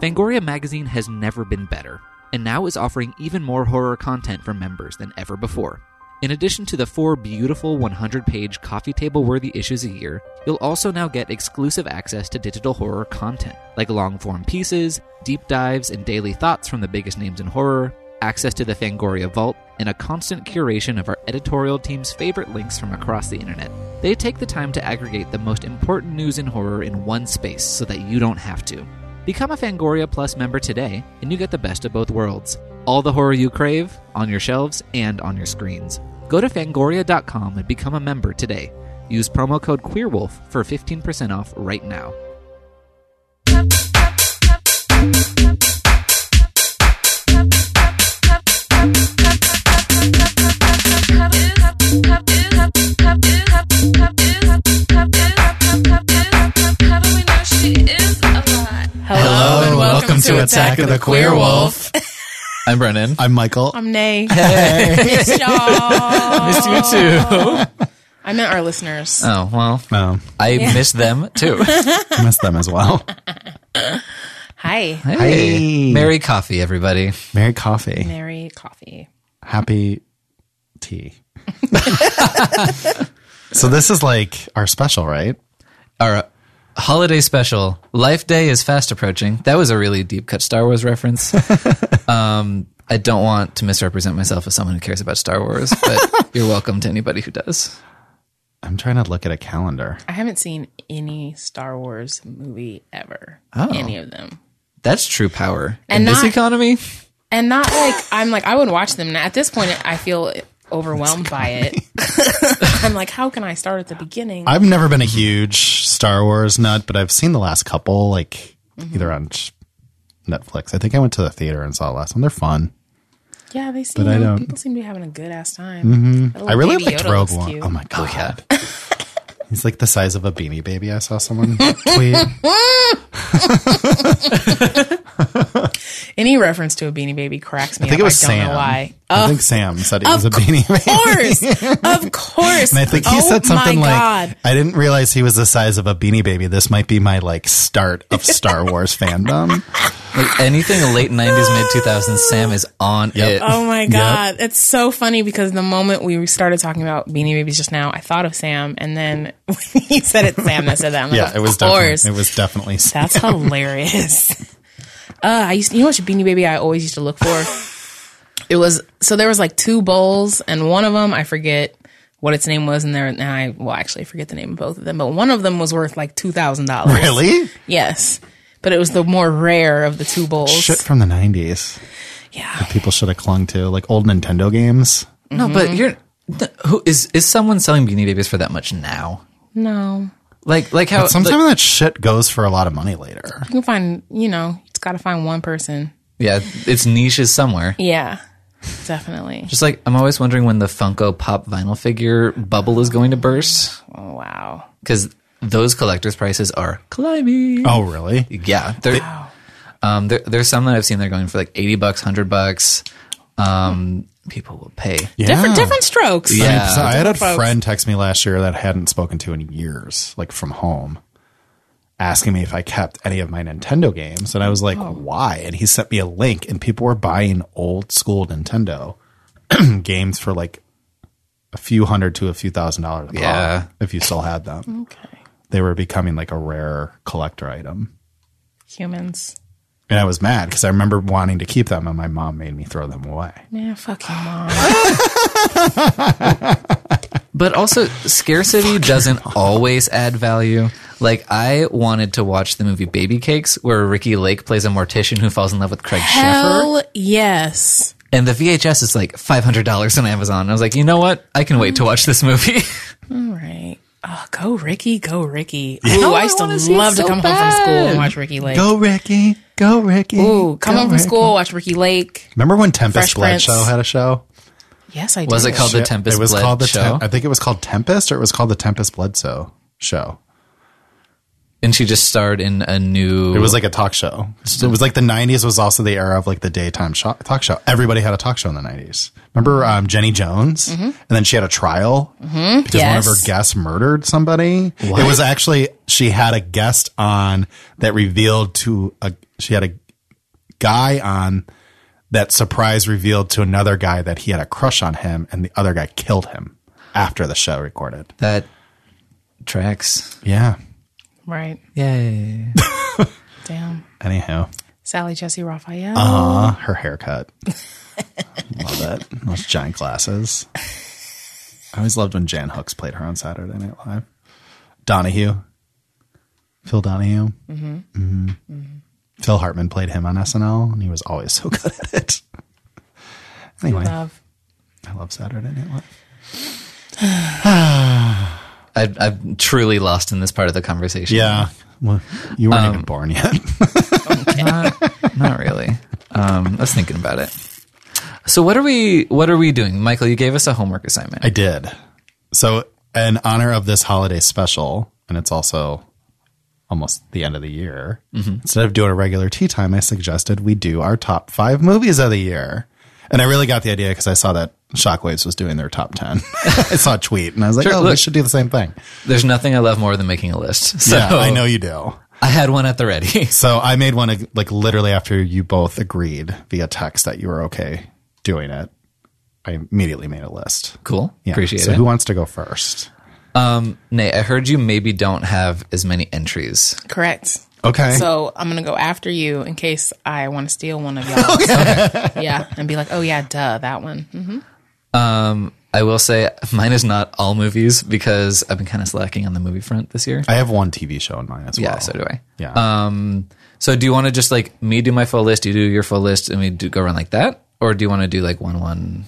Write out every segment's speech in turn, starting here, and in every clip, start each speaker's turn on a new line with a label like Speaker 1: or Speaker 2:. Speaker 1: Fangoria magazine has never been better, and now is offering even more horror content for members than ever before. In addition to the four beautiful 100 page coffee table worthy issues a year, you'll also now get exclusive access to digital horror content, like long form pieces, deep dives, and daily thoughts from the biggest names in horror, access to the Fangoria Vault, and a constant curation of our editorial team's favorite links from across the internet. They take the time to aggregate the most important news in horror in one space so that you don't have to. Become a Fangoria Plus member today, and you get the best of both worlds. All the horror you crave, on your shelves and on your screens. Go to fangoria.com and become a member today. Use promo code QueerWolf for 15% off right now.
Speaker 2: Hello, and welcome, to, Attack, of the Queer Wolf.
Speaker 3: I'm Brennan.
Speaker 4: I'm Michael.
Speaker 2: I'm Nay.
Speaker 3: Hey,
Speaker 2: Missed y'all.
Speaker 3: missed you too.
Speaker 2: I meant our listeners.
Speaker 1: Oh, well,
Speaker 4: Oh,
Speaker 3: I missed them too.
Speaker 4: I missed them as well.
Speaker 2: Hi.
Speaker 1: hey.
Speaker 4: Hey.
Speaker 1: Merry coffee, everybody.
Speaker 4: Merry coffee.
Speaker 2: Mary Coffee.
Speaker 4: Happy tea. so this is like our special, right?
Speaker 1: Our holiday special, Life Day is fast approaching. That was a really deep cut Star Wars reference. um, I don't want to misrepresent myself as someone who cares about Star Wars, but you're welcome to anybody who does.
Speaker 4: I'm trying to look at a calendar.
Speaker 2: I haven't seen any Star Wars movie ever. Any of them.
Speaker 1: That's true power.
Speaker 2: And
Speaker 1: In this
Speaker 2: not-
Speaker 1: economy,
Speaker 2: And not like, I'm like, I would watch them. At this point, I feel overwhelmed by it. I'm like, how can I start at the beginning?
Speaker 4: I've never been a huge Star Wars nut, but I've seen the last couple, like
Speaker 2: Mm-hmm.
Speaker 4: either on sh- Netflix. I think I went to the theater and saw the last one. They're fun.
Speaker 2: yeah, they seem,
Speaker 4: But I don't.
Speaker 2: people seem to be having a good ass time. That little
Speaker 4: I really
Speaker 2: baby
Speaker 4: liked
Speaker 2: Yoda
Speaker 4: Rogue
Speaker 2: looks
Speaker 4: One.
Speaker 2: cute.
Speaker 4: Oh my god. He's like the size of a beanie baby. I saw someone tweet.
Speaker 2: Any reference to a Beanie Baby cracks me
Speaker 4: I think
Speaker 2: up.
Speaker 4: it was
Speaker 2: I don't
Speaker 4: Sam.
Speaker 2: know why.
Speaker 4: I think Sam said it was a beanie baby.
Speaker 2: Of course, of course.
Speaker 4: And I think he
Speaker 2: oh
Speaker 4: said something
Speaker 2: my
Speaker 4: like,
Speaker 2: God.
Speaker 4: "I didn't realize he was the size of a beanie baby. This might be my like start of Star Wars fandom."
Speaker 1: like anything late 90s, mid 2000s, Sam is on it.
Speaker 2: Oh my God. It's so funny because the moment we started talking about Beanie Babies just now, I thought of Sam. And then when he said it, Sam that said that. I'm like,
Speaker 4: Yeah, it was
Speaker 2: of course.
Speaker 4: definitely it was definitely
Speaker 2: That's hilarious. Uh, I used you know what beanie baby I always used to look for. it was so there was like two bowls, and one of them I forget what its name was, and there and I well actually I forget the name of both of them, but one of them was worth like two thousand dollars.
Speaker 4: really
Speaker 2: Yes, but it was the more rare of the two bowls.
Speaker 4: shit from the nineties.
Speaker 2: Yeah,
Speaker 4: People should have clung to like old Nintendo games.
Speaker 1: No,
Speaker 2: mm-hmm.
Speaker 1: but you're th- who is is someone selling beanie babies for that much now?
Speaker 2: no,
Speaker 1: Like like how
Speaker 2: Uh,
Speaker 4: But sometimes
Speaker 1: like-
Speaker 4: that shit goes for a lot of money later.
Speaker 2: you can find you know it's got to find one person.
Speaker 1: yeah, its niche is somewhere.
Speaker 2: Yeah, definitely.
Speaker 1: Just like I'm always wondering when the Funko Pop vinyl figure bubble is going to burst
Speaker 2: Oh, wow.
Speaker 1: because those collectors' prices are climbing.
Speaker 4: Oh, really?
Speaker 1: Yeah, they're, um, there, there's some that I've seen they're going for like eighty bucks, hundred bucks. Um, people will pay.
Speaker 4: Yeah.
Speaker 2: Different different strokes.
Speaker 4: I, mean,
Speaker 1: Yeah.
Speaker 4: so I had a
Speaker 2: folks.
Speaker 4: friend text me last year that I hadn't spoken to in years, like from home, asking me if I kept any of my Nintendo games. And I was like,
Speaker 2: Oh.
Speaker 4: why? And he sent me a link, and people were buying old school Nintendo games for like a few hundred to a few thousand dollars. a pop,
Speaker 1: Yeah.
Speaker 4: If you still had them,
Speaker 2: Okay,
Speaker 4: they were becoming like a rare collector item.
Speaker 2: humans.
Speaker 4: And I was mad because I remember wanting to keep them, and my mom made me throw them away.
Speaker 2: Man, fuck your mom.
Speaker 1: But also, scarcity doesn't always add value. Like, I wanted to watch the movie Baby Cakes, where Ricky Lake plays a mortician who falls in love with Craig Sheffer.
Speaker 2: Hell yes.
Speaker 1: And the VHS is like $500 on Amazon. And I was like, you know what? I can wait to watch this movie.
Speaker 2: All right. Oh, go Ricky, go Ricky. Ooh, I used to
Speaker 1: wanna see it
Speaker 2: love to
Speaker 1: so
Speaker 2: come home
Speaker 1: bad.
Speaker 2: from school and watch Ricky Lake.
Speaker 4: Go, Ricky. Go, Ricky.
Speaker 2: Ooh, come
Speaker 4: Go,
Speaker 2: home from
Speaker 4: Ricky.
Speaker 2: school, watch Ricky Lake.
Speaker 4: Remember when
Speaker 2: Fresh
Speaker 4: Tempest Blood
Speaker 2: Prince.
Speaker 4: Show had a show?
Speaker 2: Yes, I did.
Speaker 1: Was it called The
Speaker 4: Yeah,
Speaker 1: Tempest
Speaker 4: It was
Speaker 1: Bled
Speaker 4: called the
Speaker 1: Show?
Speaker 4: Tem- I think it was called Tempest, or it was called the Tempest Bledsoe show.
Speaker 1: and she just starred in a new.
Speaker 4: It was like a talk show. It was like the '90s was also the era of like the daytime sho talk show. Everybody had a talk show in the '90s. Remember um, Jenny Jones,
Speaker 1: Mm-hmm.
Speaker 4: and then she had a trial because one of
Speaker 2: Yes.
Speaker 4: her guests murdered somebody. It was actually she had a guest on that revealed to a she had a guy on that surprise revealed to another guy that he had a crush on him, and the other guy killed him after the show recorded.
Speaker 1: That tracks.
Speaker 4: Yeah.
Speaker 2: Right.
Speaker 1: Yay.
Speaker 2: Damn.
Speaker 4: Anyhow,
Speaker 2: Sally Jesse Raphael.
Speaker 4: uh, her haircut. Love it. Those giant glasses. I always loved when Jan Hooks played her on Saturday Night Live. Donahue. Phil Donahue. Mm-hmm. Phil Hartman played him on SNL, and he was always so good at it. Anyway,
Speaker 2: Love.
Speaker 4: I love Saturday Night Live.
Speaker 1: I, I'm truly lost in this part of the conversation.
Speaker 4: Yeah. Well, you weren't even born yet.
Speaker 1: Not, not really. Um, I was thinking about it. So what are we? What are we doing, Michael? You gave us a homework assignment.
Speaker 4: I did. So, in honor of this holiday special, and it's also almost the end of the year,
Speaker 1: Mm-hmm.
Speaker 4: instead of doing a regular tea time, I suggested we do our top five movies of the year. And I really got the idea because I saw that Shockwaves was doing their top 10. I saw a tweet and I was like,
Speaker 1: Sure,
Speaker 4: oh, we
Speaker 1: look.
Speaker 4: should do the same thing.
Speaker 1: There's nothing I love more than making a list. So
Speaker 4: yeah, I know you do.
Speaker 1: I had one at the ready.
Speaker 4: So I made one like literally after you both agreed via text that you were okay doing it. I immediately made a list.
Speaker 1: Cool.
Speaker 4: Yeah.
Speaker 1: Appreciate
Speaker 4: so
Speaker 1: it.
Speaker 4: who wants to go first?
Speaker 1: Nay, I heard you maybe don't have as many entries.
Speaker 2: Correct.
Speaker 4: Okay.
Speaker 2: So I'm gonna go after you in case I want to steal one of y'all. yeah, and be like, oh yeah, duh, that one. hmm
Speaker 1: I will say mine is not all movies because I've been kind of slacking on the movie front this year.
Speaker 4: I have one TV show in mind as well.
Speaker 1: yeah, so do I.
Speaker 4: Yeah. Uh,
Speaker 1: So do you want to just like me do my full list, you do your full list, and we do go around like that, or do you want to do like one one?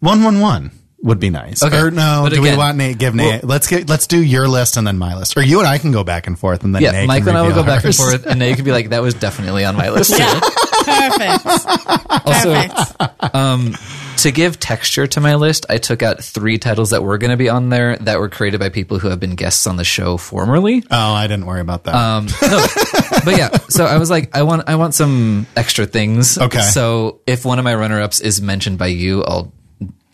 Speaker 4: one one one would be nice.
Speaker 1: Okay.
Speaker 4: Or no,
Speaker 1: But
Speaker 4: do we
Speaker 1: again-
Speaker 4: want Nate give Nate? let's get let's do your list and then my list. Or you and I can go back and forth and then
Speaker 1: Yeah,
Speaker 4: Nate
Speaker 1: Michael
Speaker 4: can
Speaker 1: and I will go
Speaker 4: reveal
Speaker 1: back and
Speaker 4: hers.
Speaker 1: forth, and now you could be like, that was definitely on my list.
Speaker 2: Yeah. Perfect.
Speaker 4: Oh,
Speaker 1: Also,
Speaker 2: Perfect.
Speaker 1: to give texture to my list, I took out three titles that were going to be on there that were created by people who have been guests on the show formerly. Um,
Speaker 4: Oh, I didn't worry about that.
Speaker 1: Uh, but yeah, so I was like, I want, I want some extra things.
Speaker 4: Okay.
Speaker 1: So if one of my runner-ups is mentioned by you, I'll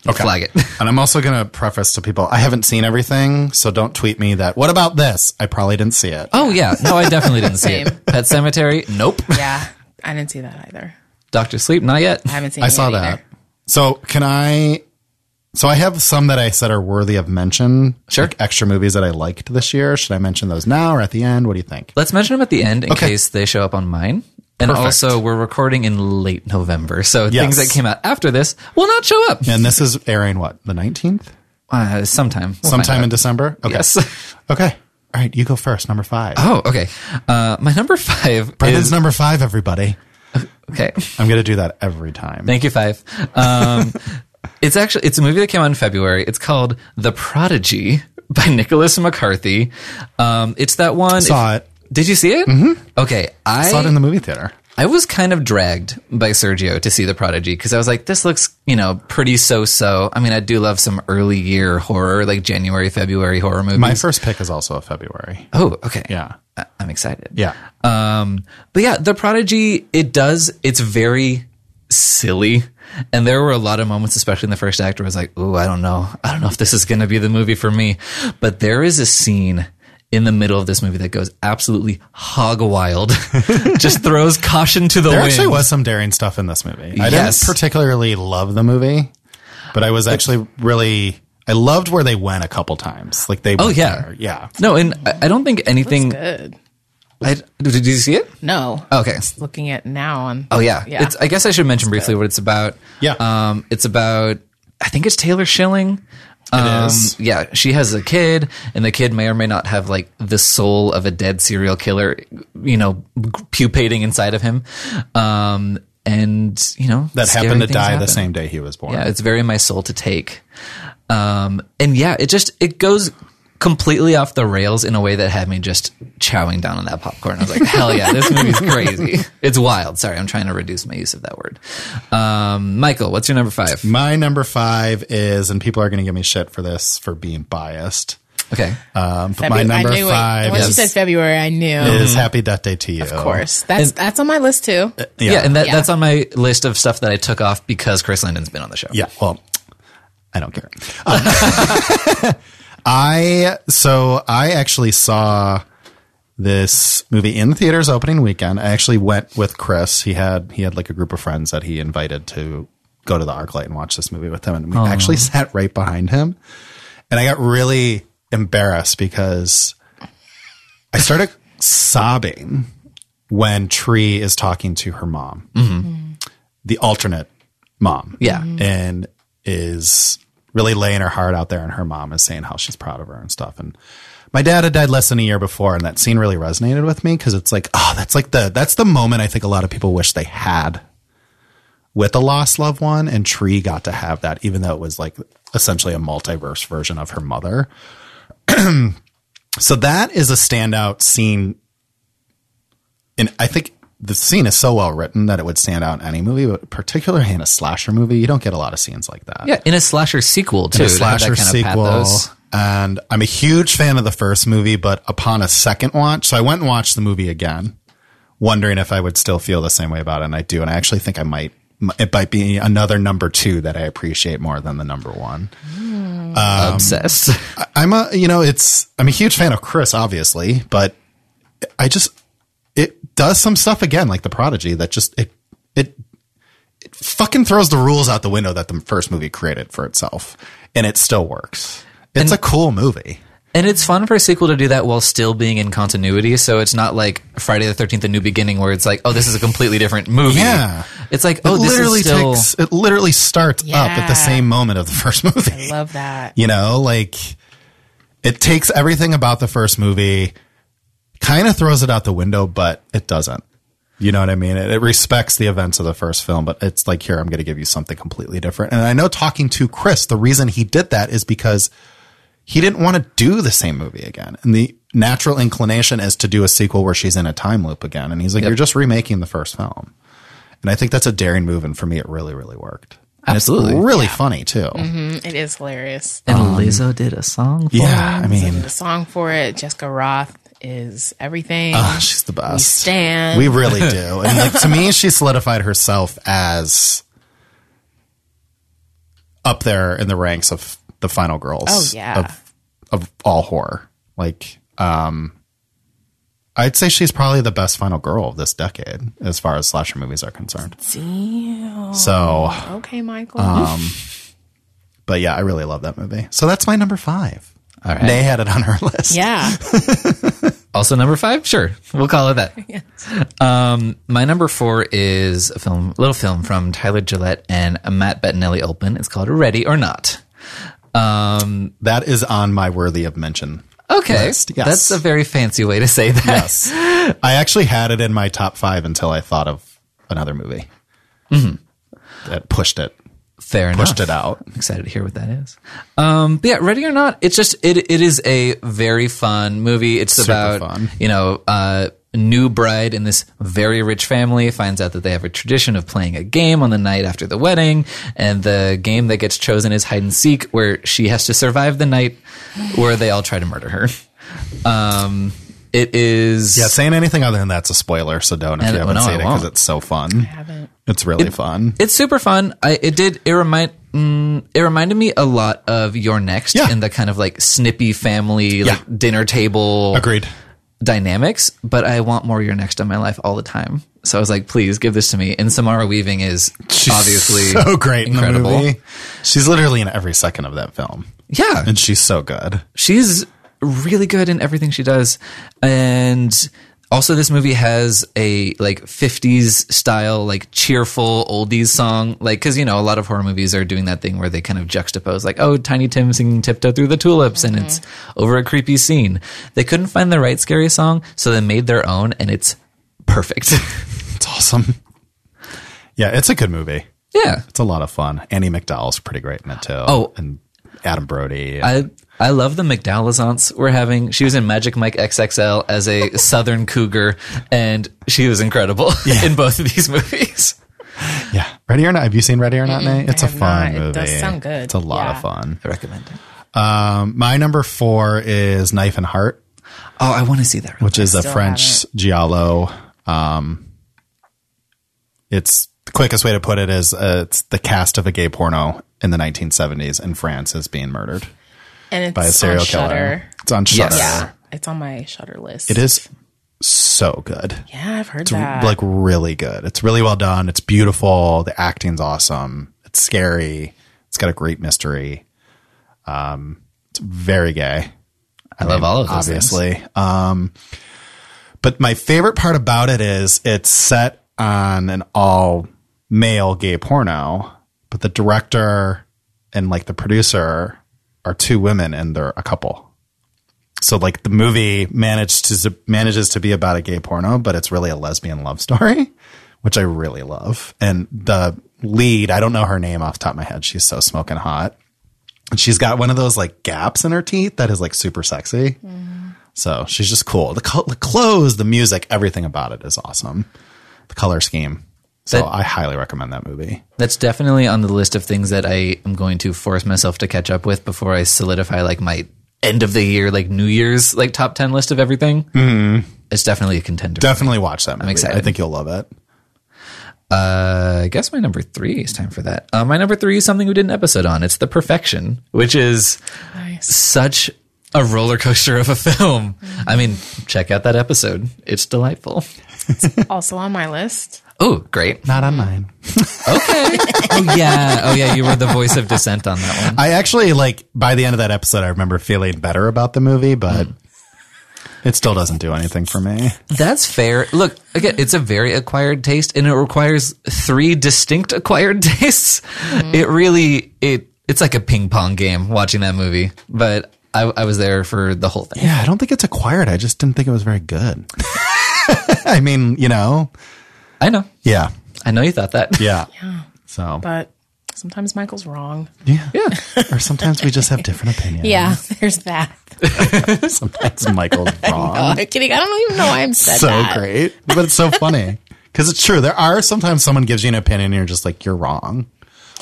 Speaker 1: flag it.
Speaker 4: and I'm also going to preface to people I haven't seen everything, so don't tweet me that. What about this? I probably didn't see it.
Speaker 1: Oh yeah, no, I definitely didn't see
Speaker 2: Same.
Speaker 1: it. Pet Cemetery, nope.
Speaker 2: yeah, I didn't see that either.
Speaker 1: Doctor Sleep, not yet.
Speaker 2: I haven't seen.
Speaker 4: I
Speaker 2: it
Speaker 4: saw
Speaker 2: yet
Speaker 4: that.
Speaker 2: either.
Speaker 4: So can I? So I have some that I said are worthy of mention.
Speaker 1: Sure.
Speaker 4: Like extra movies that I liked this year. Should I mention those now or at the end? What do you think?
Speaker 1: Let's mention them at the end in
Speaker 4: Okay.
Speaker 1: case they show up on mine. And
Speaker 4: Perfect.
Speaker 1: also, we're recording in late November, so
Speaker 4: Yes.
Speaker 1: things that came out after this will not show up
Speaker 4: And this is airing what the 19th.
Speaker 1: uh, sometime. We'll find
Speaker 4: sometime
Speaker 1: out.
Speaker 4: in December. Okay.
Speaker 1: Yes.
Speaker 4: Okay. All right. You go first. Number five.
Speaker 1: Oh, okay. Uh, my number five
Speaker 4: Brendan's
Speaker 1: is
Speaker 4: number five. Everybody.
Speaker 1: okay.
Speaker 4: I'm gonna do that every time.
Speaker 1: Thank you, Five. Um, it's actually it's a movie that came out in February. It's called The Prodigy by Nicholas McCarthy. Um, it's that one.
Speaker 4: Saw it.
Speaker 1: Did you see it? Mm-hmm. Okay, I
Speaker 4: Saw it in the movie theater.
Speaker 1: I was kind of dragged by Sergio to see The Prodigy because I was like, this looks, you know, pretty so so. I mean, I do love some early year horror, like January, February horror movies.
Speaker 4: My first pick is also a February. Oh,
Speaker 1: oh, okay.
Speaker 4: Yeah.
Speaker 1: I- I'm excited.
Speaker 4: Yeah.
Speaker 1: Um, but yeah, The Prodigy, it does, it's very silly. And there were a lot of moments, especially in the first act, where I was like, ooh, I don't know. I don't know if this is going to be the movie for me. But there is a scene in the middle of this movie that goes absolutely hog wild, just throws caution to the
Speaker 4: There
Speaker 1: wind.
Speaker 4: actually was some daring stuff in this movie. I
Speaker 1: Yes.
Speaker 4: didn't particularly love the movie, but I was actually really. I loved where they went a couple times. Like they.
Speaker 1: Oh,
Speaker 4: went
Speaker 1: yeah.
Speaker 4: there. Yeah.
Speaker 1: No, and I I don't think anything.
Speaker 2: Good.
Speaker 1: I, did you see it?
Speaker 2: No.
Speaker 4: Oh.
Speaker 1: Okay.
Speaker 2: Looking at now on.
Speaker 1: Oh yeah.
Speaker 2: Yeah.
Speaker 1: It's, I guess I should mention briefly what it's about.
Speaker 4: Yeah.
Speaker 1: Um, it's about. I think it's Taylor Schilling. Um,
Speaker 4: It is.
Speaker 1: Yeah, she has a kid, and the kid may or may not have like the soul of a dead serial killer, you know, pupating inside of him. Um, and you know
Speaker 4: That
Speaker 1: scary
Speaker 4: happened to
Speaker 1: things
Speaker 4: die the
Speaker 1: happen.
Speaker 4: same day he was born.
Speaker 1: Yeah, it's very my soul to take. Um, and yeah, it just it goes completely off the rails in a way that had me just chowing down on that popcorn. I was like, hell yeah, this movie's crazy. It's wild. Sorry, I'm trying to reduce my use of that word. Um, Michael, what's your number five?
Speaker 4: My number five is, and people are going to give me shit for this for being biased.
Speaker 1: Okay,
Speaker 4: Um, but my number
Speaker 2: I knew It.
Speaker 4: five
Speaker 2: Once you
Speaker 4: is,
Speaker 2: said February, I knew.
Speaker 1: Mm-hmm.
Speaker 4: is Happy Death Day to You.
Speaker 2: Of course, that's that's on my list too.
Speaker 4: Uh,
Speaker 1: yeah, and that,
Speaker 2: Yeah.
Speaker 1: that's on my list of stuff that I took off because Chris Landon's been on the show.
Speaker 4: Yeah. Well, I don't care. Uh, Um, I so I actually saw this movie in the theaters opening weekend. I actually went with Chris. He had he had like a group of friends that he invited to go to the ArcLight and watch this movie with him, and we actually sat right behind him. And I got really embarrassed because I started sobbing when Tree is talking to her mom, Mm-hmm. the alternate mom.
Speaker 1: Yeah.
Speaker 4: And is really laying her heart out there, and her mom is saying how she's proud of her and stuff. And my dad had died less than a year before, and that scene really resonated with me because it's like, oh, that's like the that's the moment I think a lot of people wish they had with a lost loved one, and Tree got to have that, even though it was like essentially a multiverse version of her mother. so that is a standout scene and I think the scene is so well written that it would stand out in any movie, but particularly in a slasher movie, you don't get a lot of scenes like that.
Speaker 1: Yeah, in a slasher sequel too.
Speaker 4: In a
Speaker 1: to have that
Speaker 4: slasher
Speaker 1: kind of
Speaker 4: sequel.
Speaker 1: pathos.
Speaker 4: And I'm a huge fan of the first movie, but upon a second watch, so I went and watched the movie again, wondering if I would still feel the same way about it. And I do. And I actually think I might, it might be another number two that I appreciate more than the number one. um,
Speaker 1: Obsessed.
Speaker 4: I- I'm a you know it's I'm a huge fan of Chris obviously, but I just it does some stuff again like the Prodigy that just it it it fucking throws the rules out the window that the first movie created for itself and it still works. It's a cool movie.
Speaker 1: And it's fun for a sequel to do that while still being in continuity. So it's not like Friday the 13th, A New Beginning, where it's like, oh, this is a completely different movie.
Speaker 4: Yeah.
Speaker 1: It's like,
Speaker 4: It
Speaker 1: oh, this
Speaker 4: literally
Speaker 1: is still.
Speaker 4: takes it literally starts up at
Speaker 2: Yeah.
Speaker 4: the same moment of the first movie.
Speaker 2: I love that.
Speaker 4: You know, like it takes everything about the first movie, kind of throws it out the window, but it doesn't. You know what I mean? It, it respects the events of the first film, but it's like, here, I'm going to give you something completely different. And I know talking to Chris, the reason he did that is because he didn't want to do the same movie again. And the natural inclination is to do a sequel where she's in a time loop again. And he's like, you're just remaking the first film. And I think that's a daring move. And for me, it really, really worked. And it's
Speaker 1: Absolutely.
Speaker 4: really funny too.
Speaker 2: Mm, It is hilarious.
Speaker 1: and Lizzo did a song for
Speaker 4: Yeah. I mean,
Speaker 2: The song for it, Jessica Roth, is everything.
Speaker 4: Ah, she's the best. We
Speaker 2: stan.
Speaker 4: We really do. And like to me, she solidified herself as up there in the ranks of the final girls.
Speaker 2: Oh, yeah.
Speaker 4: Of, of all horror. Like, um, I'd say she's probably the best final girl of this decade as far as slasher movies are concerned.
Speaker 2: Damn.
Speaker 4: So,
Speaker 2: Okay, Michael.
Speaker 4: Um, but yeah, I really love that movie. So that's my number five.
Speaker 1: All right.
Speaker 4: They had it on her list.
Speaker 2: yeah.
Speaker 1: Also, number five? Sure. We'll call it that. um, my number four is a film, little film from Tyler Gillette and Matt Bettinelli Open. It's called Ready or Not.
Speaker 4: That is on my worthy of mention.
Speaker 1: Okay.
Speaker 4: List, yes.
Speaker 1: That's a very fancy way to say that.
Speaker 4: I actually had it in my top five until I thought of another movie Mm-hmm. that pushed it,
Speaker 1: Fair enough.
Speaker 4: pushed it out.
Speaker 1: excited to hear what that is. Um, but yeah, ready or not, it's just it it is a very fun movie. It's
Speaker 4: Super
Speaker 1: about
Speaker 4: fun.
Speaker 1: you know uh, new bride in this very rich family finds out that they have a tradition of playing a game on the night after the wedding, and the game that gets chosen is hide and seek, where she has to survive the night where they all try to murder her. Um, it is
Speaker 4: Yeah, saying anything other than that's a spoiler, so don't if
Speaker 1: And-
Speaker 4: you haven't
Speaker 1: no, I
Speaker 4: seen it because
Speaker 1: won't.
Speaker 4: it's so fun.
Speaker 2: haven't.
Speaker 4: It's really fun.
Speaker 1: it's super fun. I it did it remind mm, it reminded me a lot of Your Next
Speaker 4: Yeah.
Speaker 1: in the kind of like snippy family like dinner table
Speaker 4: Agreed.
Speaker 1: dynamics. But I want more Your Next in my life all the time. So I was like, please give this to me. And Samara Weaving is obviously
Speaker 4: so great
Speaker 1: incredible.
Speaker 4: in the movie. She's literally in every second of that film,
Speaker 1: Yeah,
Speaker 4: and she's so good.
Speaker 1: she's really good in everything she does and also this movie has a like 50s style like cheerful oldies song like because you know a lot of horror movies are doing that thing where they kind of juxtapose like oh tiny tim singing tiptoe through the tulips and it's over a creepy scene they couldn't find the right scary song so they made their own and it's perfect
Speaker 4: It's awesome. Yeah, it's a good movie.
Speaker 1: yeah
Speaker 4: It's a lot of fun. Annie McDowell's pretty great in it too.
Speaker 1: Oh.
Speaker 4: and Adam Brody.
Speaker 1: I I love the McDowellizance we're having. She was in Magic Mike XXL as a Southern cougar, and she was incredible in both of these movies.
Speaker 4: yeah, Ready or Not. Have you seen Ready or Not? Nay, it's a
Speaker 2: have
Speaker 4: fun
Speaker 2: not.
Speaker 4: movie.
Speaker 2: It does sound good.
Speaker 4: It's a lot
Speaker 2: Yeah.
Speaker 4: of fun.
Speaker 1: I recommend it.
Speaker 4: Um, my number four is Knife and Heart,
Speaker 1: Oh, I want to see that.
Speaker 4: which is a
Speaker 2: Still
Speaker 4: French giallo. Um, it's the quickest way to put it is uh, it's the cast of a gay porno in the 1970s in France is being murdered
Speaker 2: And it's
Speaker 4: by a serial
Speaker 2: on
Speaker 4: killer.
Speaker 2: Shudder.
Speaker 4: It's on Shutter.
Speaker 1: Yes.
Speaker 2: Yeah. It's on my Shutter list.
Speaker 4: It is so good.
Speaker 2: Yeah, I've heard
Speaker 4: It's
Speaker 2: that.
Speaker 4: like really good. It's really well done. It's beautiful. The acting's awesome. It's scary. It's got a great mystery. Um, it's very gay.
Speaker 1: I love all of those things.
Speaker 4: obviously. Um, but my favorite part about it is it's set on an all male gay porno, but the director and like the producer are two women and they're a couple. So like the movie managed to manages to be about a gay porno, but it's really a lesbian love story, which I really love. And the lead, I don't know her name off the top of my head. She's so smoking hot. And she's got one of those like gaps in her teeth that is like super sexy. So she's just cool. The, co- the clothes, the music, everything about it is awesome. The color scheme. So
Speaker 1: That-
Speaker 4: I highly recommend that movie.
Speaker 1: That's definitely on the list of things that I am going to force myself to catch up with before I solidify like my end of the year, like New Year's, like top ten list of everything. Mm-hmm. It's definitely a contender.
Speaker 4: Definitely watch that movie.
Speaker 1: excited.
Speaker 4: I think you'll love it.
Speaker 1: Uh, I guess my number three is time for that. Uh, my number three is something we did an episode on. It's The Perfection, which is
Speaker 2: nice.
Speaker 1: such a roller coaster of a film. I mean, check out that episode. It's delightful.
Speaker 2: Also on my list.
Speaker 1: Oh, great.
Speaker 4: Not on mine.
Speaker 1: Okay. oh, yeah. Oh, yeah. You were the voice of dissent on that one.
Speaker 4: I actually like by the end of that episode, I remember feeling better about the movie, but
Speaker 1: Mm.
Speaker 4: it still doesn't do anything for me.
Speaker 1: That's fair. Look, again, it's a very acquired taste and it requires three distinct acquired tastes.
Speaker 4: Mm-hmm.
Speaker 1: It really it it's like a ping pong game watching that movie. But I, I was there for the whole thing.
Speaker 4: Yeah, I don't think it's acquired. I just didn't think it was very good. I mean, you know,
Speaker 1: I know.
Speaker 4: yeah,
Speaker 1: I know you thought that.
Speaker 4: yeah.
Speaker 2: Yeah.
Speaker 4: So
Speaker 2: But sometimes Michael's wrong.
Speaker 4: yeah, Or sometimes we just have different opinions.
Speaker 2: Yeah, there's that.
Speaker 4: sometimes Michael's
Speaker 2: Oh
Speaker 4: wrong.
Speaker 2: I'm kidding. I don't even know why I'm said
Speaker 4: so
Speaker 2: that.
Speaker 4: great, but it's so funny because it's true. There are sometimes someone gives you an opinion and you're just like, you're wrong.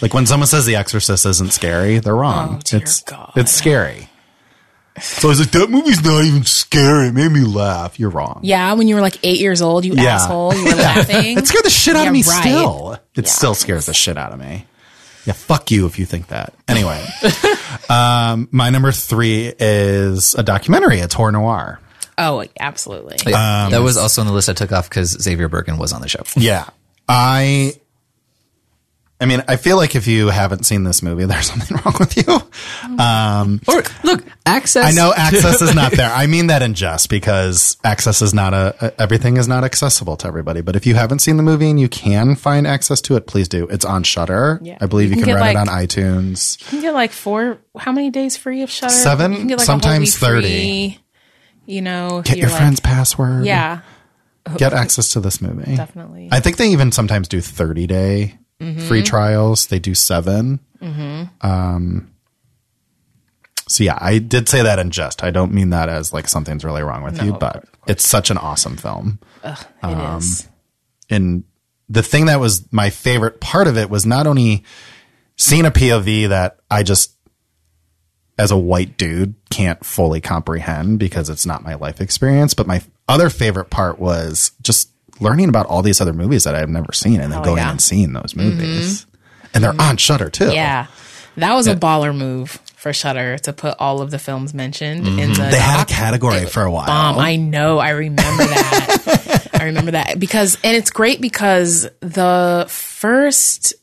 Speaker 4: Like when someone says The Exorcist isn't scary, they're wrong.
Speaker 2: Oh, dear
Speaker 4: it's
Speaker 2: God.
Speaker 4: it's scary. So I was like, that movie's not even scary. It made me laugh. You're wrong.
Speaker 2: Yeah, when you were like eight years old, you
Speaker 4: Yeah.
Speaker 2: asshole, you were laughing.
Speaker 4: It scared the shit out of
Speaker 2: Yeah,
Speaker 4: me.
Speaker 2: right.
Speaker 4: Still, it still scares the shit out of me. Yeah, fuck you if you think that. Anyway, um, my number three is a documentary. It's horror noir.
Speaker 2: oh, absolutely.
Speaker 1: Yeah.
Speaker 4: um,
Speaker 1: that was also on the list I took off because Xavier Bergen was on the show.
Speaker 4: Yeah. I I mean, I feel like if you haven't seen this movie, there's something wrong with you.
Speaker 1: Or look, access.
Speaker 4: I know access is not there. I mean that in jest because access is not a, a- everything is not accessible to everybody. But if you haven't seen the movie and you can find access to it, please do. It's on Shutter.
Speaker 2: Yeah.
Speaker 4: I believe you,
Speaker 2: You
Speaker 4: can,
Speaker 2: can get, like,
Speaker 4: rent it on iTunes.
Speaker 2: You can get like four. How many days free of Shutter?
Speaker 4: Seven,
Speaker 2: You can get, a whole
Speaker 4: sometimes
Speaker 2: week
Speaker 4: 30.
Speaker 2: free, you know, if
Speaker 4: Get
Speaker 2: you're,
Speaker 4: your
Speaker 2: like-
Speaker 4: friend's password.
Speaker 2: Yeah,
Speaker 4: Get access to this movie.
Speaker 2: definitely.
Speaker 4: I think they even sometimes do 30 day free trials. They do 7 Um, so yeah, I did say that in jest. I don't mean that as like something's really wrong with you, but it's such an awesome film.
Speaker 2: It
Speaker 4: um,
Speaker 2: is.
Speaker 4: And the thing that was my favorite part of it was not only seeing a POV that I just, as a white dude, can't fully comprehend because it's not my life experience. But my other favorite part was just learning about all these other movies that I've never seen and then
Speaker 2: Oh,
Speaker 4: going
Speaker 2: yeah. Mm-hmm.
Speaker 4: and seeing those movies. And they're on Shutter too.
Speaker 2: Yeah, that was a baller move for Shutter to put all of the films mentioned in the.
Speaker 4: Mm-hmm. They had a
Speaker 2: doc.
Speaker 4: category for a while.
Speaker 2: Um, I know. I remember that. I remember that because, and it's great because the first,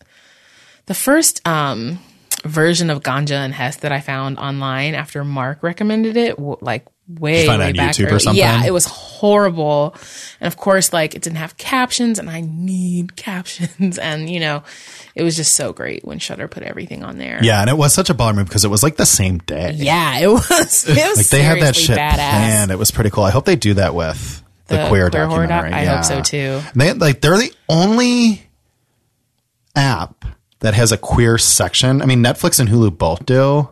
Speaker 2: the first um, version of ganja and Hess that I found online after Mark recommended it, w- like way,
Speaker 4: find it
Speaker 2: way
Speaker 4: on
Speaker 2: back.
Speaker 4: YouTube or
Speaker 2: early-
Speaker 4: something?
Speaker 2: Yeah, it was horrible, and of course, like it didn't have captions, and I need captions, and you know, it was just so great when Shutter put everything on there.
Speaker 4: yeah, and it was such a baller move because it was like the same day.
Speaker 2: Yeah, it was. It was
Speaker 4: Like they had that
Speaker 2: seriously
Speaker 4: shit
Speaker 2: badass.
Speaker 4: planned. It was pretty cool. I hope they do that with the,
Speaker 2: The
Speaker 4: queer,
Speaker 2: queer horror doc?
Speaker 4: documentary.
Speaker 2: I hope so, too.
Speaker 4: They like they're the only app that has a queer section. I mean, Netflix and Hulu both do,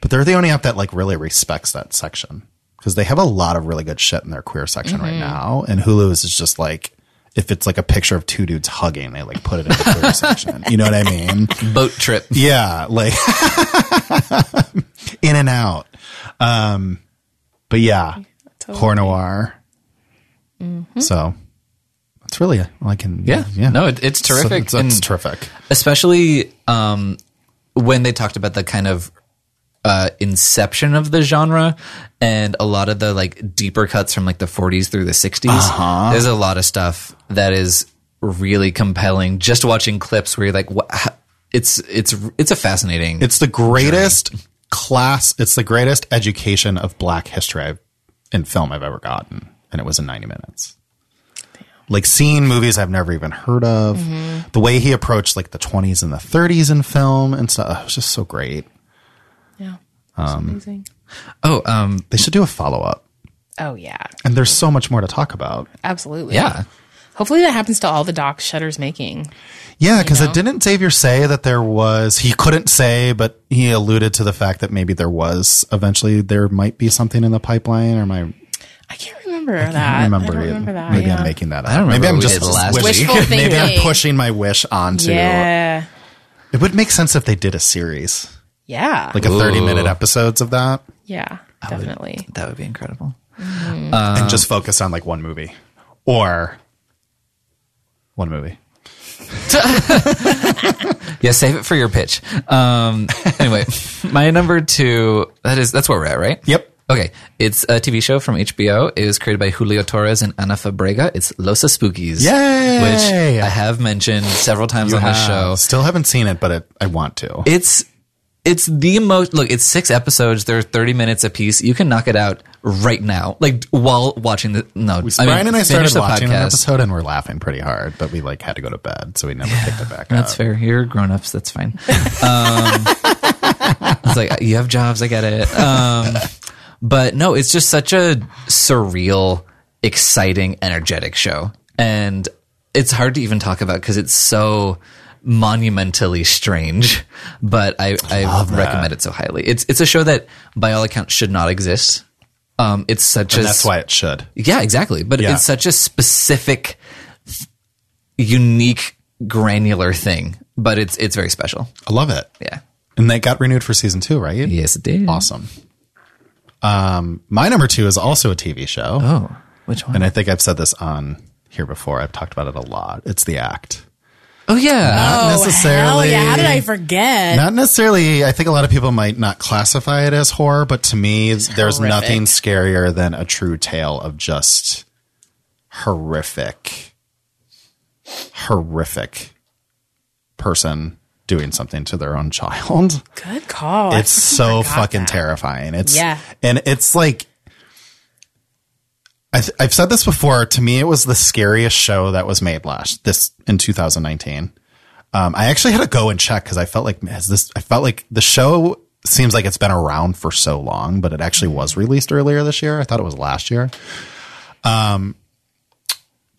Speaker 4: but they're the only app that like really respects that section because they have a lot of really good shit in their queer section right now. And Hulu is just like. If it's like a picture of two dudes hugging, they like put it in the queer section. You know what I mean?
Speaker 1: Boat trip.
Speaker 4: Yeah, like in and out. Um, but yeah,
Speaker 2: Totally.
Speaker 4: horror noir. So that's really all I can.
Speaker 1: Yeah. No, it, it's
Speaker 4: So
Speaker 1: terrific.
Speaker 4: that's
Speaker 1: and
Speaker 4: terrific.
Speaker 1: especially um, when they talked about the kind of uh, inception of the genre and a lot of the like deeper cuts from like the 40s through the 60s.
Speaker 4: Uh-huh.
Speaker 1: There's a lot of stuff that is really compelling. Just watching clips where you're like, what? It's it's it's a fascinating.
Speaker 4: It's the greatest class. It's the greatest education of Black history I've, in film I've ever gotten, and it was in ninety minutes. Like seeing movies I've never even heard of, the way he approached like the twenties and the thirties in film and stuff. oh, It was just so great.
Speaker 2: Yeah. It's amazing.
Speaker 1: oh, um,
Speaker 4: They should do a follow up,
Speaker 2: Oh yeah.
Speaker 4: and there's so much more to talk about.
Speaker 2: Absolutely.
Speaker 1: yeah.
Speaker 2: Hopefully that happens to all the docs Shutter's making.
Speaker 4: Yeah, because it didn't Xavier say that there was. He couldn't say, but he alluded to the fact that maybe there was. Eventually, there might be something in the pipeline, or my
Speaker 2: I can't remember that.
Speaker 4: I don't remember,
Speaker 2: Uh, I don't
Speaker 4: it.
Speaker 2: remember that.
Speaker 4: Maybe
Speaker 2: yeah.
Speaker 4: I'm making that up.
Speaker 1: I don't
Speaker 4: Maybe
Speaker 1: remember
Speaker 4: I'm
Speaker 1: what we
Speaker 4: just
Speaker 1: did last
Speaker 4: wish-
Speaker 1: week.
Speaker 2: Wishful
Speaker 4: Maybe I'm
Speaker 2: thinking.
Speaker 4: pushing my wish onto.
Speaker 2: Yeah.
Speaker 4: It would make sense if they did a series,
Speaker 2: Yeah.
Speaker 4: like a 30 minute episodes of that,
Speaker 2: yeah. Definitely.
Speaker 1: That would be incredible.
Speaker 4: and just
Speaker 1: Um.
Speaker 4: focus on like one movie or one movie.
Speaker 1: Yeah, save it for your pitch. Um, anyway, my number two. That is that's where we're at, right?
Speaker 4: Yep.
Speaker 1: Okay, it's a TV show from HBO. It was created by Julio Torres and Ana Fabrega. It's Los Spookies,
Speaker 4: Yay!
Speaker 1: which I have mentioned several times on this show.
Speaker 4: Uh, Still haven't seen it, but it, I want to.
Speaker 1: It's it's the most look. It's six episodes. They're thirty minutes apiece. You can knock it out right now, like while watching the. No, I
Speaker 4: Brian and I
Speaker 1: finish
Speaker 4: started
Speaker 1: the
Speaker 4: watching an
Speaker 1: podcast.
Speaker 4: episode and we're laughing pretty hard, but we like had to go to bed, so we never picked it back
Speaker 1: That's
Speaker 4: up.
Speaker 1: fair. You're grown ups. That's fine. Um, it's like you have jobs. I get it. Um, but no, it's just such a surreal, exciting, energetic show, and it's hard to even talk about because it's so monumentally strange. But I, I recommend it so highly. It's it's a show that, by all accounts, should not exist. Um, it's such
Speaker 4: And
Speaker 1: a
Speaker 4: that's why it should.
Speaker 1: yeah, exactly. But
Speaker 4: Yeah.
Speaker 1: it's such a specific, unique, granular thing. But it's it's very special.
Speaker 4: I love it.
Speaker 1: Yeah.
Speaker 4: And that got renewed for season two, right?
Speaker 1: Yes, it did.
Speaker 4: Awesome. Um, my number two is also a TV show.
Speaker 1: Oh, which one?
Speaker 4: And I think I've said this on here before. I've talked about it a lot. It's the act.
Speaker 1: oh yeah.
Speaker 4: Not
Speaker 2: Hell
Speaker 4: necessarily.
Speaker 2: Oh, yeah. How did I forget?
Speaker 4: not necessarily. I think a lot of people might not classify it as horror, but to me, there's
Speaker 2: horrific.
Speaker 4: nothing scarier than a true tale of just horrific, horrific person doing something to their own child.
Speaker 2: Good call. Oh, I
Speaker 4: it's so
Speaker 2: forgot
Speaker 4: fucking
Speaker 2: that.
Speaker 4: terrifying. It's
Speaker 2: Yeah.
Speaker 4: and it's like I th- I've said this before. To me, it was the scariest show that was made last this in 2019. Um, I actually had to go and check because I felt like has this. I felt like the show seems like it's been around for so long, but it actually was released earlier this year. I thought it was last year. Um,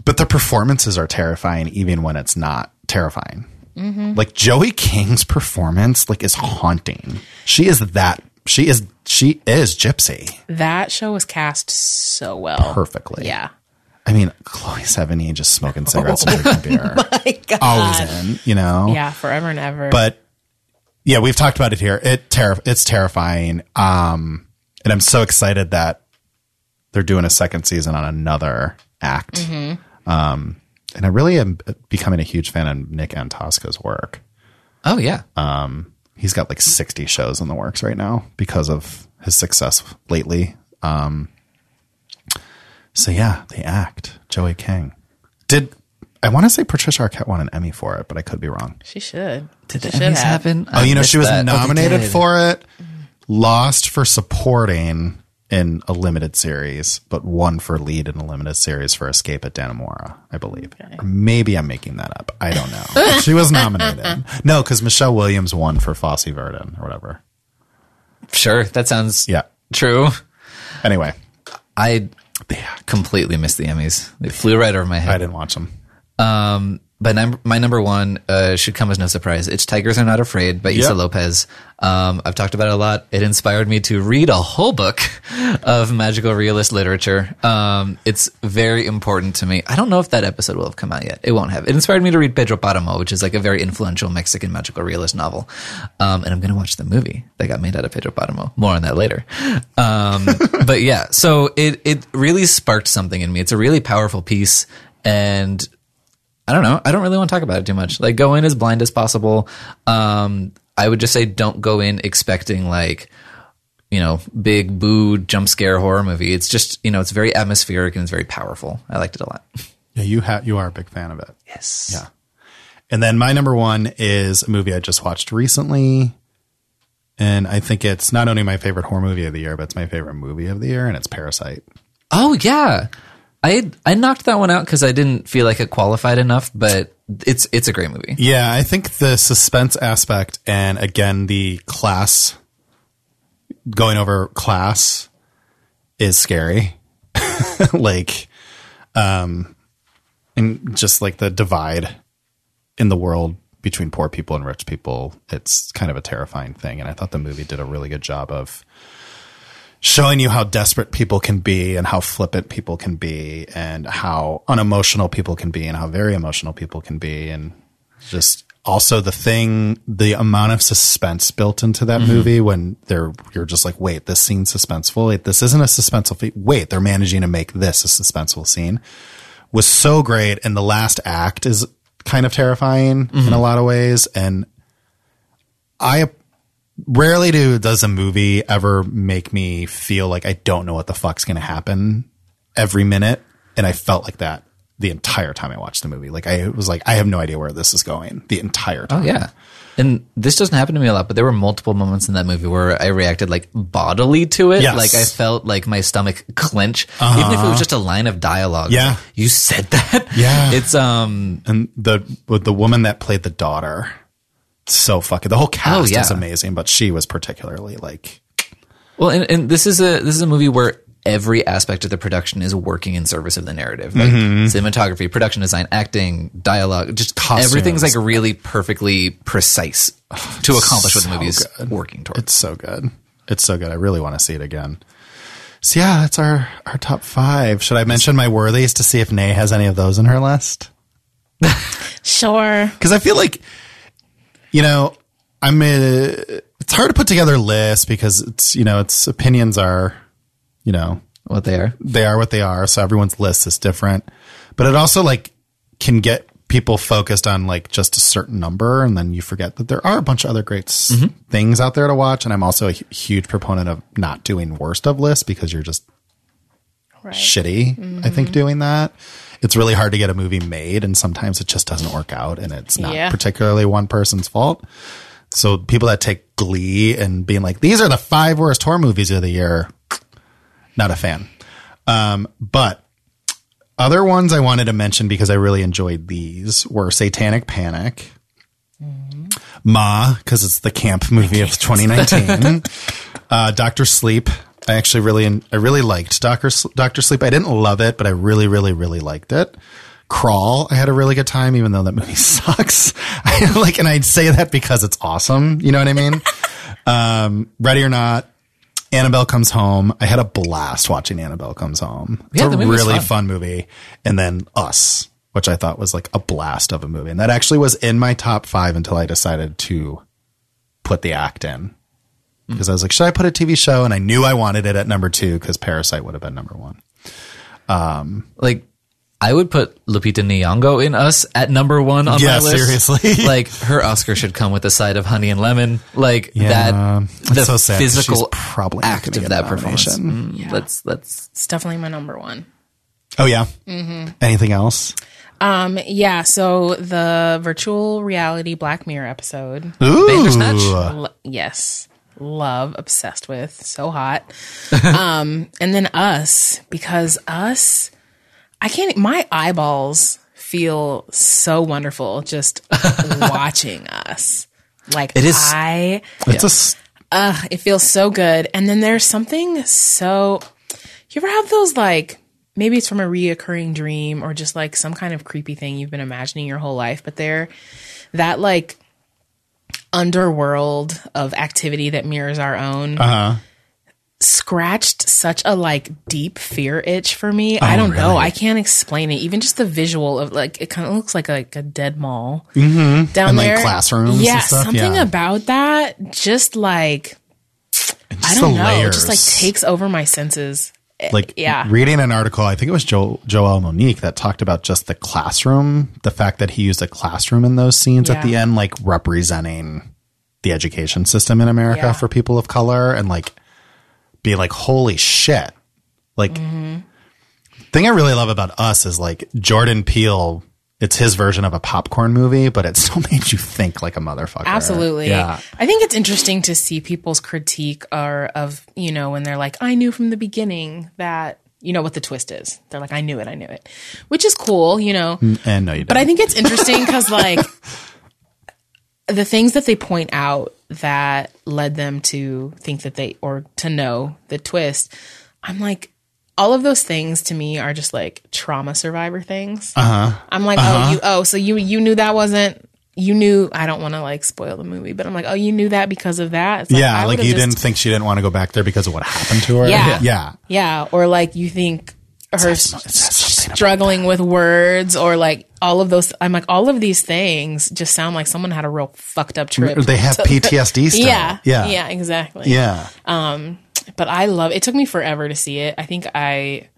Speaker 4: but the performances are terrifying, even when it's not terrifying
Speaker 2: Mm-hmm.
Speaker 4: like Joey King's performance like is haunting. She is that she is she is Gypsy
Speaker 2: That show was cast so well.
Speaker 4: perfectly.
Speaker 2: Yeah.
Speaker 4: I mean, Chloe Sevigny just smoking cigarettes and drinking beer. Always in, you know.
Speaker 2: Oh Yeah. Forever and ever.
Speaker 4: But yeah, we've talked about it here. It terri- it's terrifying. Um and I'm so excited that they're doing a second season on another act. Um
Speaker 2: Mm-hmm.
Speaker 4: and I really am becoming a huge fan of Nick Antosca's work.
Speaker 1: oh yeah.
Speaker 4: Uh, he's got like 60 shows in the works right now because of his success lately. Um, so yeah, the act Joey King did. I want to say Patricia Arquette won an Emmy for it, but I could be wrong.
Speaker 2: she should.
Speaker 1: did
Speaker 2: She
Speaker 1: the
Speaker 2: should
Speaker 1: Emmys
Speaker 2: have.
Speaker 1: happen?
Speaker 4: oh,
Speaker 1: I
Speaker 4: you know, she was
Speaker 1: missed that. Oh, they
Speaker 4: nominated
Speaker 1: did.
Speaker 4: for it, lost for supporting in a limited series, but won for lead in a limited series for Escape at Dannemora, I believe. Or Maybe I'm making that up. I don't know. she was nominated. No, because Michelle Williams won for Fosse Verdon or whatever.
Speaker 1: Sure, that sounds
Speaker 4: Yeah.
Speaker 1: true.
Speaker 4: Anyway,
Speaker 1: I completely missed the Emmys. They flew right over my
Speaker 4: I
Speaker 1: head.
Speaker 4: didn't watch them.
Speaker 1: Um, but num- my number one uh, should come as no surprise. It's Tigers Are Not Afraid by Isa
Speaker 4: Yep.
Speaker 1: Lopez. Um, I've talked about it a lot. It inspired me to read a whole book of magical realist literature. Um, it's very important to me. I don't know if that episode will have come out yet. It won't have. It inspired me to read Pedro Paramo, which is like a very influential Mexican magical realist novel. Um, and I'm going to watch the movie that got made out of Pedro Paramo. More on that later. Um, but yeah, so it, it really sparked something in me. It's a really powerful piece. And I don't know. I don't really want to talk about it too much. Like go in as blind as possible. Um, I would just say don't go in expecting like, you know, big boo jump scare horror movie. It's just, you know, it's very atmospheric and it's very powerful. I liked it a lot.
Speaker 4: Yeah, you ha- you are a big fan of it.
Speaker 1: Yes.
Speaker 4: Yeah. And then my number one is a movie I just watched recently. And I think it's not only my favorite horror movie of the year, but it's my favorite movie of the year, and it's Parasite.
Speaker 1: Oh yeah. I I knocked that one out cuz I didn't feel like it qualified enough, but it's it's a great movie.
Speaker 4: Yeah, I think the suspense aspect and again the class going over class is scary. like um and just like the divide in the world between poor people and rich people, it's kind of a terrifying thing and I thought the movie did a really good job of showing you how desperate people can be and how flippant people can be and how unemotional people can be and how very emotional people can be and just also the thing the amount of suspense built into that movie when they're you're just like wait this scene's suspenseful wait this isn't a suspenseful fe- wait they're managing to make this a suspenseful scene was so great and the last act is kind of terrifying in a lot of ways and i rarely do does a movie ever make me feel like I don't know what the fuck's going to happen every minute, and I felt like that the entire time I watched the movie. Like I was like, I have no idea where this is going the entire time.
Speaker 1: Oh yeah. And this doesn't happen to me a lot, but there were multiple moments in that movie where I reacted like bodily to it.
Speaker 4: Yes. Uh-huh.
Speaker 1: Like I felt like my stomach clench, even if it was just a line of dialogue.
Speaker 4: Yeah.
Speaker 1: Like, you said that.
Speaker 4: Yeah.
Speaker 1: It's um.
Speaker 4: And the with the woman that played the daughter, so fucking the whole cast
Speaker 1: yeah.
Speaker 4: is amazing, but she was particularly like,
Speaker 1: Well, and, and this is a this is a movie where every aspect of the production is working in service of the narrative. Like
Speaker 4: Mm-hmm.
Speaker 1: cinematography, production design, acting, dialogue, just
Speaker 4: Costumes.
Speaker 1: everything's like really perfectly precise to accomplish what the movie is working towards.
Speaker 4: it's so good, it's so good. I really want to see it again. So yeah, that's our our top five. Should I mention my worthies to see if Nay has any of those in her list?
Speaker 2: Sure.
Speaker 4: because I feel like, you know, I'm. uh it's hard to put together lists because it's you know it's opinions are, you know,
Speaker 1: what they are.
Speaker 4: they are what they are. So everyone's list is different, but it also like can get people focused on like just a certain number, and then you forget that there are a bunch of other great s things out there to watch. And I'm also a hu- huge proponent of not doing worst of lists because you're just
Speaker 2: Right.
Speaker 4: shitty. I think doing that. It's really hard to get a movie made, and sometimes it just doesn't work out, and it's not
Speaker 2: Yeah.
Speaker 4: particularly one person's fault. So people that take glee and being like, "These are the five worst horror movies of the year," not a fan. Um, but other ones I wanted to mention because I really enjoyed these were Satanic Panic, Ma, because it's the camp movie of 2019. uh, Doctor Sleep. I actually really, I really liked Doctor Doctor Sleep. I didn't love it, but I really, really, really liked it. Crawl. I had a really good time, even though that movie sucks. I like, and I say that because it's awesome. You know what I mean? um, Ready or Not. Annabelle Comes Home. I had a blast watching Annabelle Comes Home. It's
Speaker 1: Yeah,
Speaker 4: a
Speaker 1: the movie was
Speaker 4: really
Speaker 1: fun.
Speaker 4: fun movie. And then Us, which I thought was like a blast of a movie. And that actually was in my top five until I decided to put the act in because I was like, should I put a TV show? And I knew I wanted it at number two because Parasite would have been number one.
Speaker 1: like I would put Lupita Nyong'o in Us at number one on my
Speaker 4: Yeah,
Speaker 1: list.
Speaker 4: seriously.
Speaker 1: like her Oscar should come with a side of honey and lemon. Like that,
Speaker 4: it's
Speaker 1: the
Speaker 4: so sad 'cause she's
Speaker 1: physical
Speaker 4: probably not
Speaker 1: act
Speaker 4: gonna
Speaker 1: of
Speaker 4: get
Speaker 1: that
Speaker 4: a
Speaker 1: performance.
Speaker 4: nomination.
Speaker 1: Mm, Let's let's.
Speaker 2: It's definitely my number one.
Speaker 4: Oh yeah.
Speaker 2: Mm-hmm.
Speaker 4: Anything else?
Speaker 2: Um, yeah, so the virtual reality Black Mirror episode.
Speaker 4: Ooh.
Speaker 1: Bandersnatch?
Speaker 2: Lo- yes. Love, obsessed with, so hot. um, and then us, because us, I can't, my eyeballs feel so wonderful just watching us. Like,
Speaker 1: It is-
Speaker 2: I
Speaker 4: It's a s
Speaker 2: it feels so good. And then there's something so. You ever have those like maybe it's from a reoccurring dream or just like some kind of creepy thing you've been imagining your whole life, but there, that like underworld of activity that mirrors our own
Speaker 4: Uh-huh.
Speaker 2: scratched such a like deep fear itch for me.
Speaker 4: Oh,
Speaker 2: I don't know. I can't explain it. Even just the visual of like it kind of looks like a, like a dead mall down
Speaker 4: Mm-hmm. And, like,
Speaker 2: there.
Speaker 4: classrooms and
Speaker 2: yeah,
Speaker 4: stuff,
Speaker 2: something
Speaker 4: yeah.
Speaker 2: about that. Just like
Speaker 4: just
Speaker 2: I don't
Speaker 4: the
Speaker 2: know.
Speaker 4: layers.
Speaker 2: It just like takes over my senses. Eh,
Speaker 4: like
Speaker 2: yeah.
Speaker 4: reading an article i think it was joel joel monique that talked about just the classroom the fact that he used a classroom in those scenes at
Speaker 2: Yeah.
Speaker 4: the end like representing the education system in america
Speaker 2: Yeah.
Speaker 4: for people of color and like being like, holy shit. Like,
Speaker 2: Mm-hmm.
Speaker 4: thing I really love about us is like Jordan Peele, it's his version of a popcorn movie, but it still made you think like a motherfucker.
Speaker 2: Absolutely.
Speaker 4: Yeah.
Speaker 2: I think it's interesting to see people's critique or of, you know, when they're like, I knew from the beginning that, you know, what the twist is. They're like, I knew it, I knew it, which is cool, you know.
Speaker 4: And no, you didn't.
Speaker 2: But I think it's interesting because, like, the things that they point out that led them to think that they or to know the twist, I'm like, all of those things to me are just like trauma survivor things. Uh-huh. I'm like, oh, you, oh, so you you knew that wasn't. You knew I don't want to like spoil the movie, but I'm like, oh, you knew that because of that. It's
Speaker 4: yeah,
Speaker 2: I
Speaker 4: like
Speaker 2: would've
Speaker 4: you
Speaker 2: just-
Speaker 4: didn't think she didn't want to go back there because of what happened to her.
Speaker 2: Yeah.
Speaker 4: Yeah.
Speaker 2: Yeah, or like you think her struggling with words, or like all of those. I'm like, all of these things just sound like someone had a real fucked up trip.
Speaker 4: They have PTSD still.
Speaker 2: yeah,
Speaker 4: Yeah.
Speaker 2: yeah, exactly.
Speaker 4: Yeah.
Speaker 2: But I love. It took me forever to see it. I think I,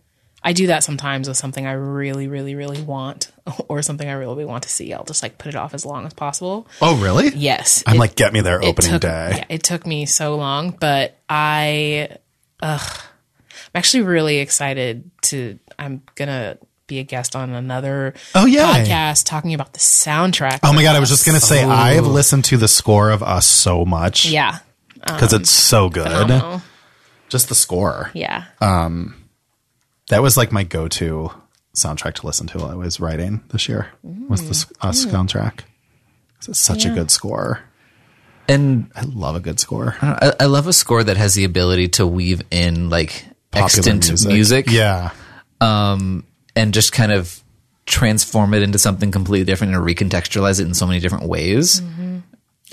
Speaker 2: I do that sometimes with something I really, really, really want, or something I really want to see. I'll just like put it off as long as possible.
Speaker 4: Oh, really?
Speaker 2: Yes,
Speaker 4: I'm
Speaker 2: it-
Speaker 4: like, get me there opening
Speaker 2: took,
Speaker 4: day.
Speaker 2: Yeah, it took me so long, but I, ugh, I'm actually really excited to. I'm gonna be a guest on another
Speaker 4: Oh, yay.
Speaker 2: podcast talking about the soundtrack.
Speaker 4: Oh my god, I was just gonna say I have listened to the score of Us so much
Speaker 2: yeah, Uh-huh.
Speaker 4: because it's so good.
Speaker 2: phenomenal.
Speaker 4: Just the score.
Speaker 2: yeah.
Speaker 4: Uh, That was like my go-to soundtrack to listen to while I was writing this year. Was the s-
Speaker 2: Mm.
Speaker 4: Us soundtrack? 'Cause It's such a good score.
Speaker 1: And
Speaker 4: I love a good score.
Speaker 1: I, I love a score that has the ability to weave in like extant music,
Speaker 4: Yeah.
Speaker 1: and just kind of transform it into something completely different and recontextualize it in so many different ways.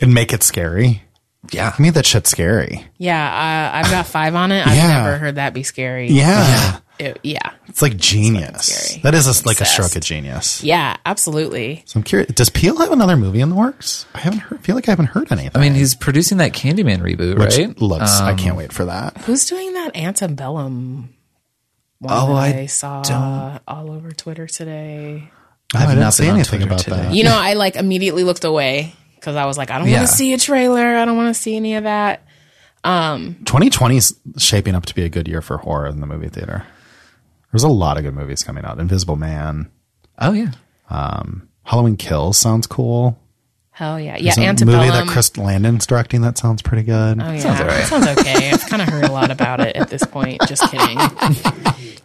Speaker 4: And make it scary.
Speaker 1: Yeah.
Speaker 4: I mean that shit's scary.
Speaker 2: yeah, I, I've got five on it. I've
Speaker 4: Yeah.
Speaker 2: never heard that be scary.
Speaker 4: Yeah.
Speaker 2: It- yeah,
Speaker 4: It's like genius.
Speaker 2: scary.
Speaker 4: that is a, like a
Speaker 2: Obsessed.
Speaker 4: stroke of genius.
Speaker 2: yeah, absolutely.
Speaker 4: So I'm curious. Does Peel have another movie in the works? I haven't heard, feel like I haven't heard anything.
Speaker 1: I mean, he's Um, producing that Candyman reboot,
Speaker 4: Which
Speaker 1: right?
Speaker 4: looks. I can't wait for that.
Speaker 2: Who's doing that antebellum? One
Speaker 1: Oh,
Speaker 2: that
Speaker 1: I
Speaker 2: I, saw all over Twitter today.
Speaker 4: I
Speaker 1: have
Speaker 4: didn't
Speaker 1: not
Speaker 4: see
Speaker 1: been on
Speaker 4: anything
Speaker 1: Twitter
Speaker 4: about
Speaker 1: today.
Speaker 4: that.
Speaker 2: You know, I like immediately looked away because I was like, I don't
Speaker 1: Yeah.
Speaker 2: want to see a trailer. I don't want to see any of that.
Speaker 4: 2020 is shaping up to be a good year for horror in the movie theater. There's a lot of good movies coming out. Invisible Man,
Speaker 1: Oh yeah.
Speaker 4: Halloween Kills sounds cool.
Speaker 2: Hell yeah, yeah.
Speaker 4: There's a
Speaker 2: Antebellum.
Speaker 4: movie that Chris Landon's directing that sounds pretty good.
Speaker 2: oh, yeah. sounds, sounds okay. I've kind of heard a lot about it at this point. Just kidding,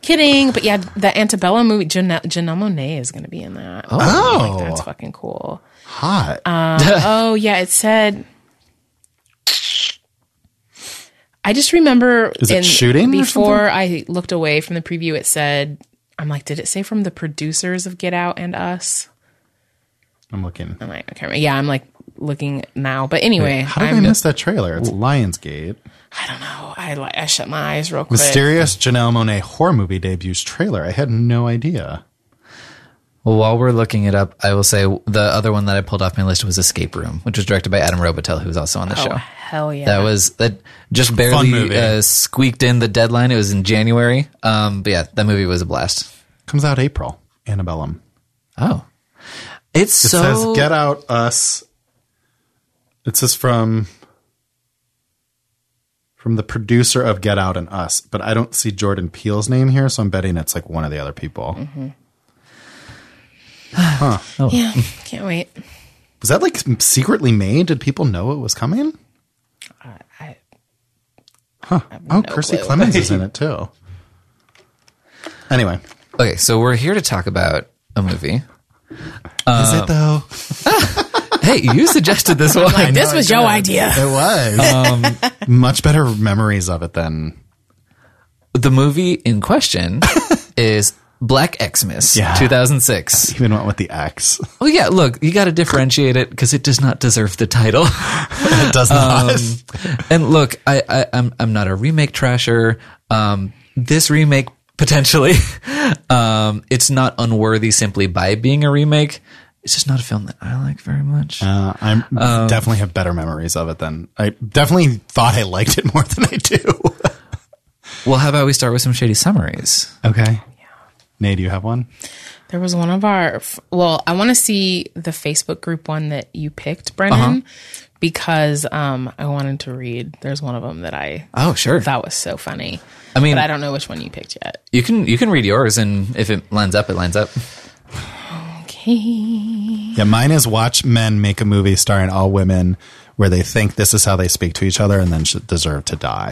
Speaker 2: kidding. But yeah, the Antebellum movie. Janelle, Janelle Monet is going to be in that.
Speaker 4: Oh.
Speaker 2: Like, that's fucking cool.
Speaker 4: Hot.
Speaker 2: Oh yeah, it said. I just remember
Speaker 4: Is it shooting or
Speaker 2: before I looked away from the preview. It said, "I'm like, did it say from the producers of Get Out and Us?"
Speaker 4: I'm looking.
Speaker 2: I'm like, okay, yeah, I'm like looking now. But anyway,
Speaker 4: How did
Speaker 2: I'm,
Speaker 4: I miss that trailer? It's Lionsgate.
Speaker 2: I don't know. I like I shut my eyes real quick.
Speaker 4: Mysterious Janelle Monet horror movie debuts trailer. I had no idea.
Speaker 1: Well, while we're looking it up, I will say the other one that I pulled off my list was Escape Room, which was directed by Adam Robitel, who was also on the
Speaker 2: oh
Speaker 1: show.
Speaker 2: hell yeah!
Speaker 1: That was that just
Speaker 4: movie.
Speaker 1: barely uh, squeaked in the deadline. It was in January. Um, but yeah, that movie was a blast.
Speaker 4: Comes out April. Antebellum.
Speaker 1: Oh, it's
Speaker 4: It
Speaker 1: so
Speaker 4: says Get Out Us. It says from from the producer of Get Out and Us, but I don't see Jordan Peele's name here, so I'm betting it's like one of the other people.
Speaker 2: Mm-hmm. yeah. Can't wait.
Speaker 4: Was that like secretly made? Did people know it was coming?
Speaker 2: I,
Speaker 4: Oh, Kirstie
Speaker 2: clue.
Speaker 4: Clemens is in it too. Anyway,
Speaker 1: okay. So we're here to talk about a movie.
Speaker 4: is it though?
Speaker 1: Hey, you suggested this one.
Speaker 2: this was your idea.
Speaker 4: It was Um, much better memories of it than
Speaker 1: the movie in question is Black Xmas,
Speaker 4: Yeah.
Speaker 1: 2006.
Speaker 4: even went with the X.
Speaker 1: Oh yeah, look, you got to differentiate it because it does not deserve the title.
Speaker 4: It does not.
Speaker 1: and look, I, I I'm I'm not a remake trasher. Um, this remake potentially, um, it's not unworthy simply by being a remake. It's just not a film that I like very much.
Speaker 4: Uh, I
Speaker 2: Um,
Speaker 4: definitely have better memories of it than I definitely thought I liked it more than I do.
Speaker 1: well, how about we start with some shady summaries?
Speaker 4: Okay. Nay, do you have one?
Speaker 2: There was one of our, f- well, I want to see the Facebook group one that you picked, Brennan, because um, I wanted to read. There's one of them that I
Speaker 1: Oh, sure.
Speaker 2: thought was so funny.
Speaker 1: I mean-
Speaker 2: but I don't know which one you picked yet.
Speaker 1: You can you can read yours, and if it lines up, it lines up.
Speaker 2: Okay.
Speaker 4: Yeah, mine is watch men make a movie starring all women where they think this is how they speak to each other and then should deserve to die.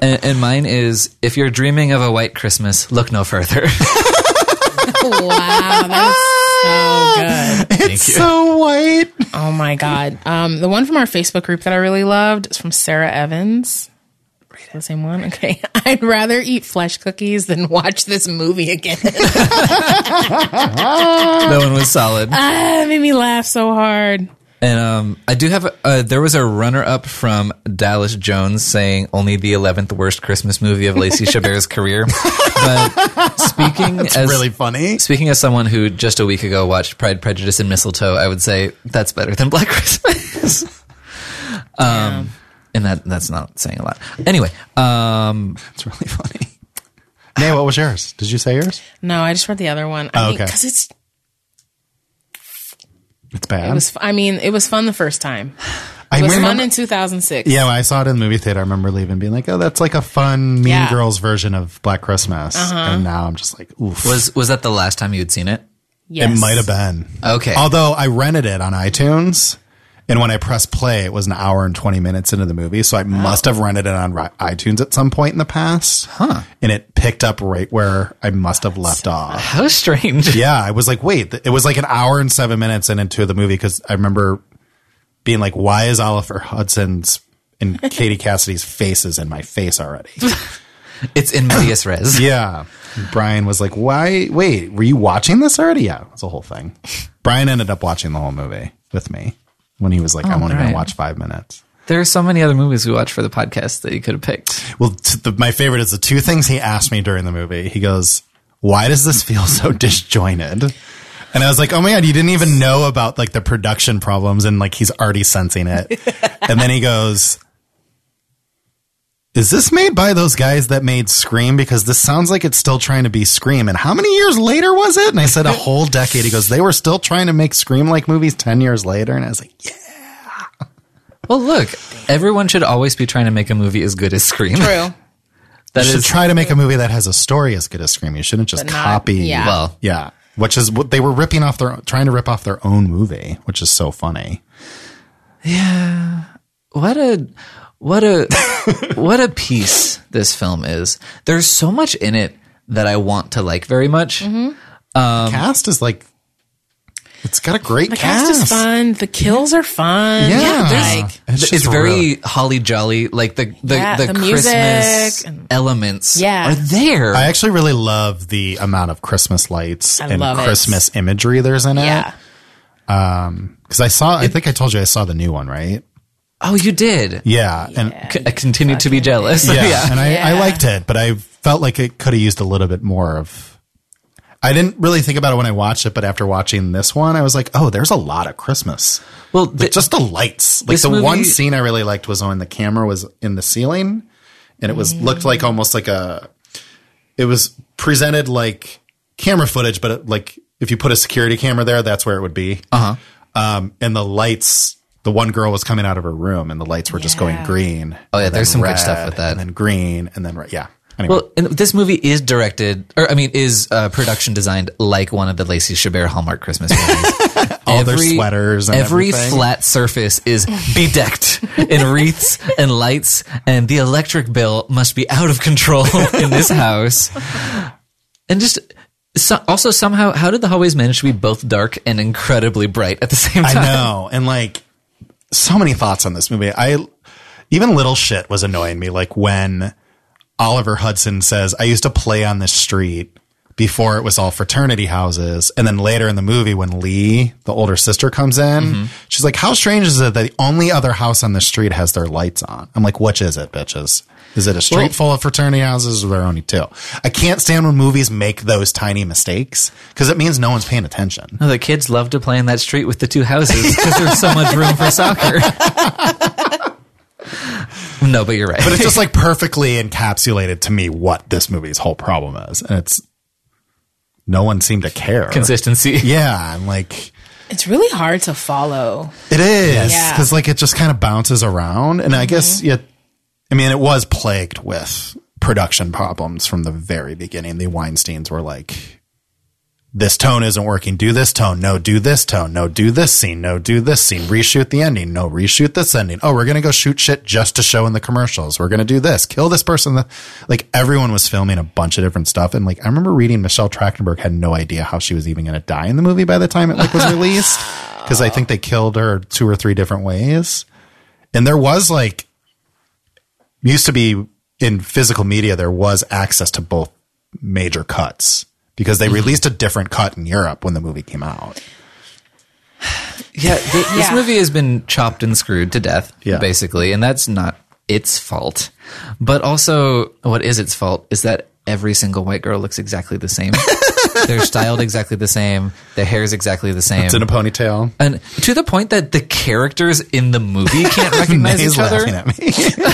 Speaker 1: And, and mine is if you're dreaming of a white Christmas, look no further.
Speaker 2: wow, that's so good.
Speaker 4: it's so white.
Speaker 2: Oh my god. Um, the one from our Facebook group that I really loved is from Sarah Evans. The same one. Okay. I'd rather eat flesh cookies than watch this movie again.
Speaker 1: that one was solid.
Speaker 2: that made me laugh so hard.
Speaker 1: And um, I do have. Uh, there was a runner-up from Dallas Jones saying only the eleventh worst Christmas movie of Lacey Chabert's career. But speaking as
Speaker 4: really funny.
Speaker 1: speaking as someone who just a week ago watched Pride, Prejudice, and Mistletoe, I would say that's better than Black Christmas. um, and that that's not saying a lot. Anyway, um,
Speaker 4: It's really funny. Nay, what was yours? Did you say yours?
Speaker 2: No, I just read the other one. I
Speaker 4: Oh,
Speaker 2: mean,
Speaker 4: okay.
Speaker 2: Cause it's,
Speaker 4: It's bad.
Speaker 2: it was, I mean, it was fun the first time.
Speaker 4: I
Speaker 2: It was
Speaker 4: remember,
Speaker 2: fun in 2006.
Speaker 4: yeah, when I saw it in the movie theater. I remember leaving, being like, "Oh, that's like a fun Mean
Speaker 2: Yeah. Uh-huh.
Speaker 4: Girls version of Black Christmas." And now I'm just like, "Oof."
Speaker 1: was was that the last time you had seen it?
Speaker 2: Yes.
Speaker 4: It might have been.
Speaker 1: Okay.
Speaker 4: Although I rented it on iTunes, and when I pressed play, it was an hour and 20 minutes into the movie. So I must have rented it on ri- iTunes at some point in the past. Huh. And it picked up right where I must have left off.
Speaker 1: How strange.
Speaker 4: Yeah. I was like, wait, th- it was like an hour and seven minutes and into the movie because I remember being like, why is Oliver Hudson's and Katie Cassidy's faces in my face already?
Speaker 1: It's in medias res.
Speaker 4: Yeah. Brian was like, why? Wait, were you watching this already? Yeah, it's a whole thing. Brian ended up watching the whole movie with me when he was like, I'm only going
Speaker 1: right.
Speaker 4: to watch five minutes.
Speaker 1: There are so many other movies we watch for the podcast that you could have picked.
Speaker 4: Well, t- the, my favorite is the two things he asked me during the movie. He goes, why does this feel so disjointed? And I was like, oh my God, you didn't even know about like the production problems. And like, he's already sensing it. and then he goes, is this made by those guys that made Scream? Because this sounds like it's still trying to be Scream. And how many years later was it? And I said a whole decade. He goes, they were still trying to make Scream like movies 10 years later. And I was like, yeah.
Speaker 1: Well, look, everyone should always be trying to make a movie as good as Scream.
Speaker 2: True.
Speaker 1: That
Speaker 4: You should
Speaker 1: is
Speaker 4: try to make a movie that has a story as good as Scream. You shouldn't just
Speaker 2: But not-
Speaker 4: copy.
Speaker 2: yeah.
Speaker 1: Well.
Speaker 4: yeah. Which is what they were ripping off their, trying to rip off their own movie, which is so funny.
Speaker 1: what a what a what a piece this film is. There's so much in it that I want to like very much.
Speaker 4: Mm-hmm.
Speaker 1: Um,
Speaker 4: cast is like, it's got a great
Speaker 2: The
Speaker 4: cast.
Speaker 2: cast is fun. The kills are fun.
Speaker 4: Yeah.
Speaker 2: Like,
Speaker 4: It's
Speaker 1: It's,
Speaker 4: just
Speaker 1: very
Speaker 4: really-
Speaker 1: holly jolly, like the the,
Speaker 2: Yeah,
Speaker 1: the,
Speaker 2: the
Speaker 1: Christmas
Speaker 2: music and-
Speaker 1: elements
Speaker 2: Yeah.
Speaker 1: are there.
Speaker 4: I actually really love the amount of Christmas lights
Speaker 2: I
Speaker 4: and
Speaker 2: love it.
Speaker 4: Christmas imagery there's in it.
Speaker 2: yeah.
Speaker 4: Because I saw, I think I told you I saw the new one, right?
Speaker 1: oh, you did.
Speaker 4: Yeah, and
Speaker 1: C- I continued to be jealous.
Speaker 4: yeah, and I, I
Speaker 2: Yeah.
Speaker 4: liked it, but I felt like it could have used a little bit more of. I didn't really think about it when I watched it, but after watching this one, I was like, oh, there's a lot of Christmas.
Speaker 1: Well,
Speaker 4: Like,
Speaker 1: th-
Speaker 4: just the lights. Like
Speaker 1: this
Speaker 4: the
Speaker 1: movie-
Speaker 4: one scene I really liked was when the camera was in the ceiling, and it was looked like almost like a. It was presented like camera footage, but it, like if you put a security camera there, that's where it would be.
Speaker 1: Uh-huh.
Speaker 4: Uh huh. Um, and the lights. The one girl was coming out of her room, and the lights were just going
Speaker 2: Yeah.
Speaker 4: green.
Speaker 1: Oh, yeah,
Speaker 4: and then
Speaker 1: there's some good stuff with that.
Speaker 4: And then green, and then red. Yeah. Anyway,
Speaker 1: Well, and this movie is directed, or I mean, is uh, production designed like one of the Lacey Chabert Hallmark Christmas movies.
Speaker 4: All their sweaters and
Speaker 1: every
Speaker 4: everything.
Speaker 1: flat surface is bedecked in wreaths and lights, and the electric bill must be out of control in this house. And just so, also somehow, how did the hallways manage to be both dark and incredibly bright at the same
Speaker 4: I
Speaker 1: time?
Speaker 4: know, and like so many thoughts on this movie. I even little shit was annoying me, like when Oliver Hudson says, "I used to play on this street." Before it was all fraternity houses. And then later in the movie, when Lee, the older sister, comes in, she's like, How strange is it that the only other house on the street has their lights on? I'm like, Which is it, bitches? Is it a street full of fraternity houses or there are only two? I can't stand when movies make those tiny mistakes because it means no one's paying attention.
Speaker 1: No, the kids love to play in that street with the two houses because there's so much room for soccer. No, but you're right.
Speaker 4: But it's just like perfectly encapsulated to me what this movie's whole problem is. And it's no one seemed to care.
Speaker 1: Consistency.
Speaker 4: yeah. I'm like,
Speaker 2: It's really hard to follow.
Speaker 4: It is
Speaker 2: Yeah.
Speaker 4: because like it just kind of bounces around, and I guess yeah, I mean it was plagued with production problems from the very beginning. The Weinstein's were like, "This tone isn't working. Do this tone. No, do this tone. No, do this scene. No, do this scene. Reshoot the ending. No, reshoot this ending. Oh, we're gonna go shoot shit just to show in the commercials. We're gonna do this. Kill this person. The- Like everyone was filming a bunch of different stuff, and like I remember reading Michelle Trachtenberg had no idea how she was even gonna die in the movie by the time it like was released because I think they killed her two or three different ways. And there was like used to be in physical media there was access to both major cuts because
Speaker 1: Mm-hmm.
Speaker 4: they released a different cut in Europe when the movie came out.
Speaker 1: Yeah, th- this
Speaker 2: Yeah.
Speaker 1: movie has been chopped and screwed to death,
Speaker 4: Yeah.
Speaker 1: basically, and that's not its fault. But also, what is its fault is that every single white girl looks exactly the same. They're styled exactly the same. Their hair is exactly the same.
Speaker 4: It's in a ponytail.
Speaker 1: and to the point that the characters in the movie can't recognize
Speaker 4: May's
Speaker 1: each other.
Speaker 4: laughing at me.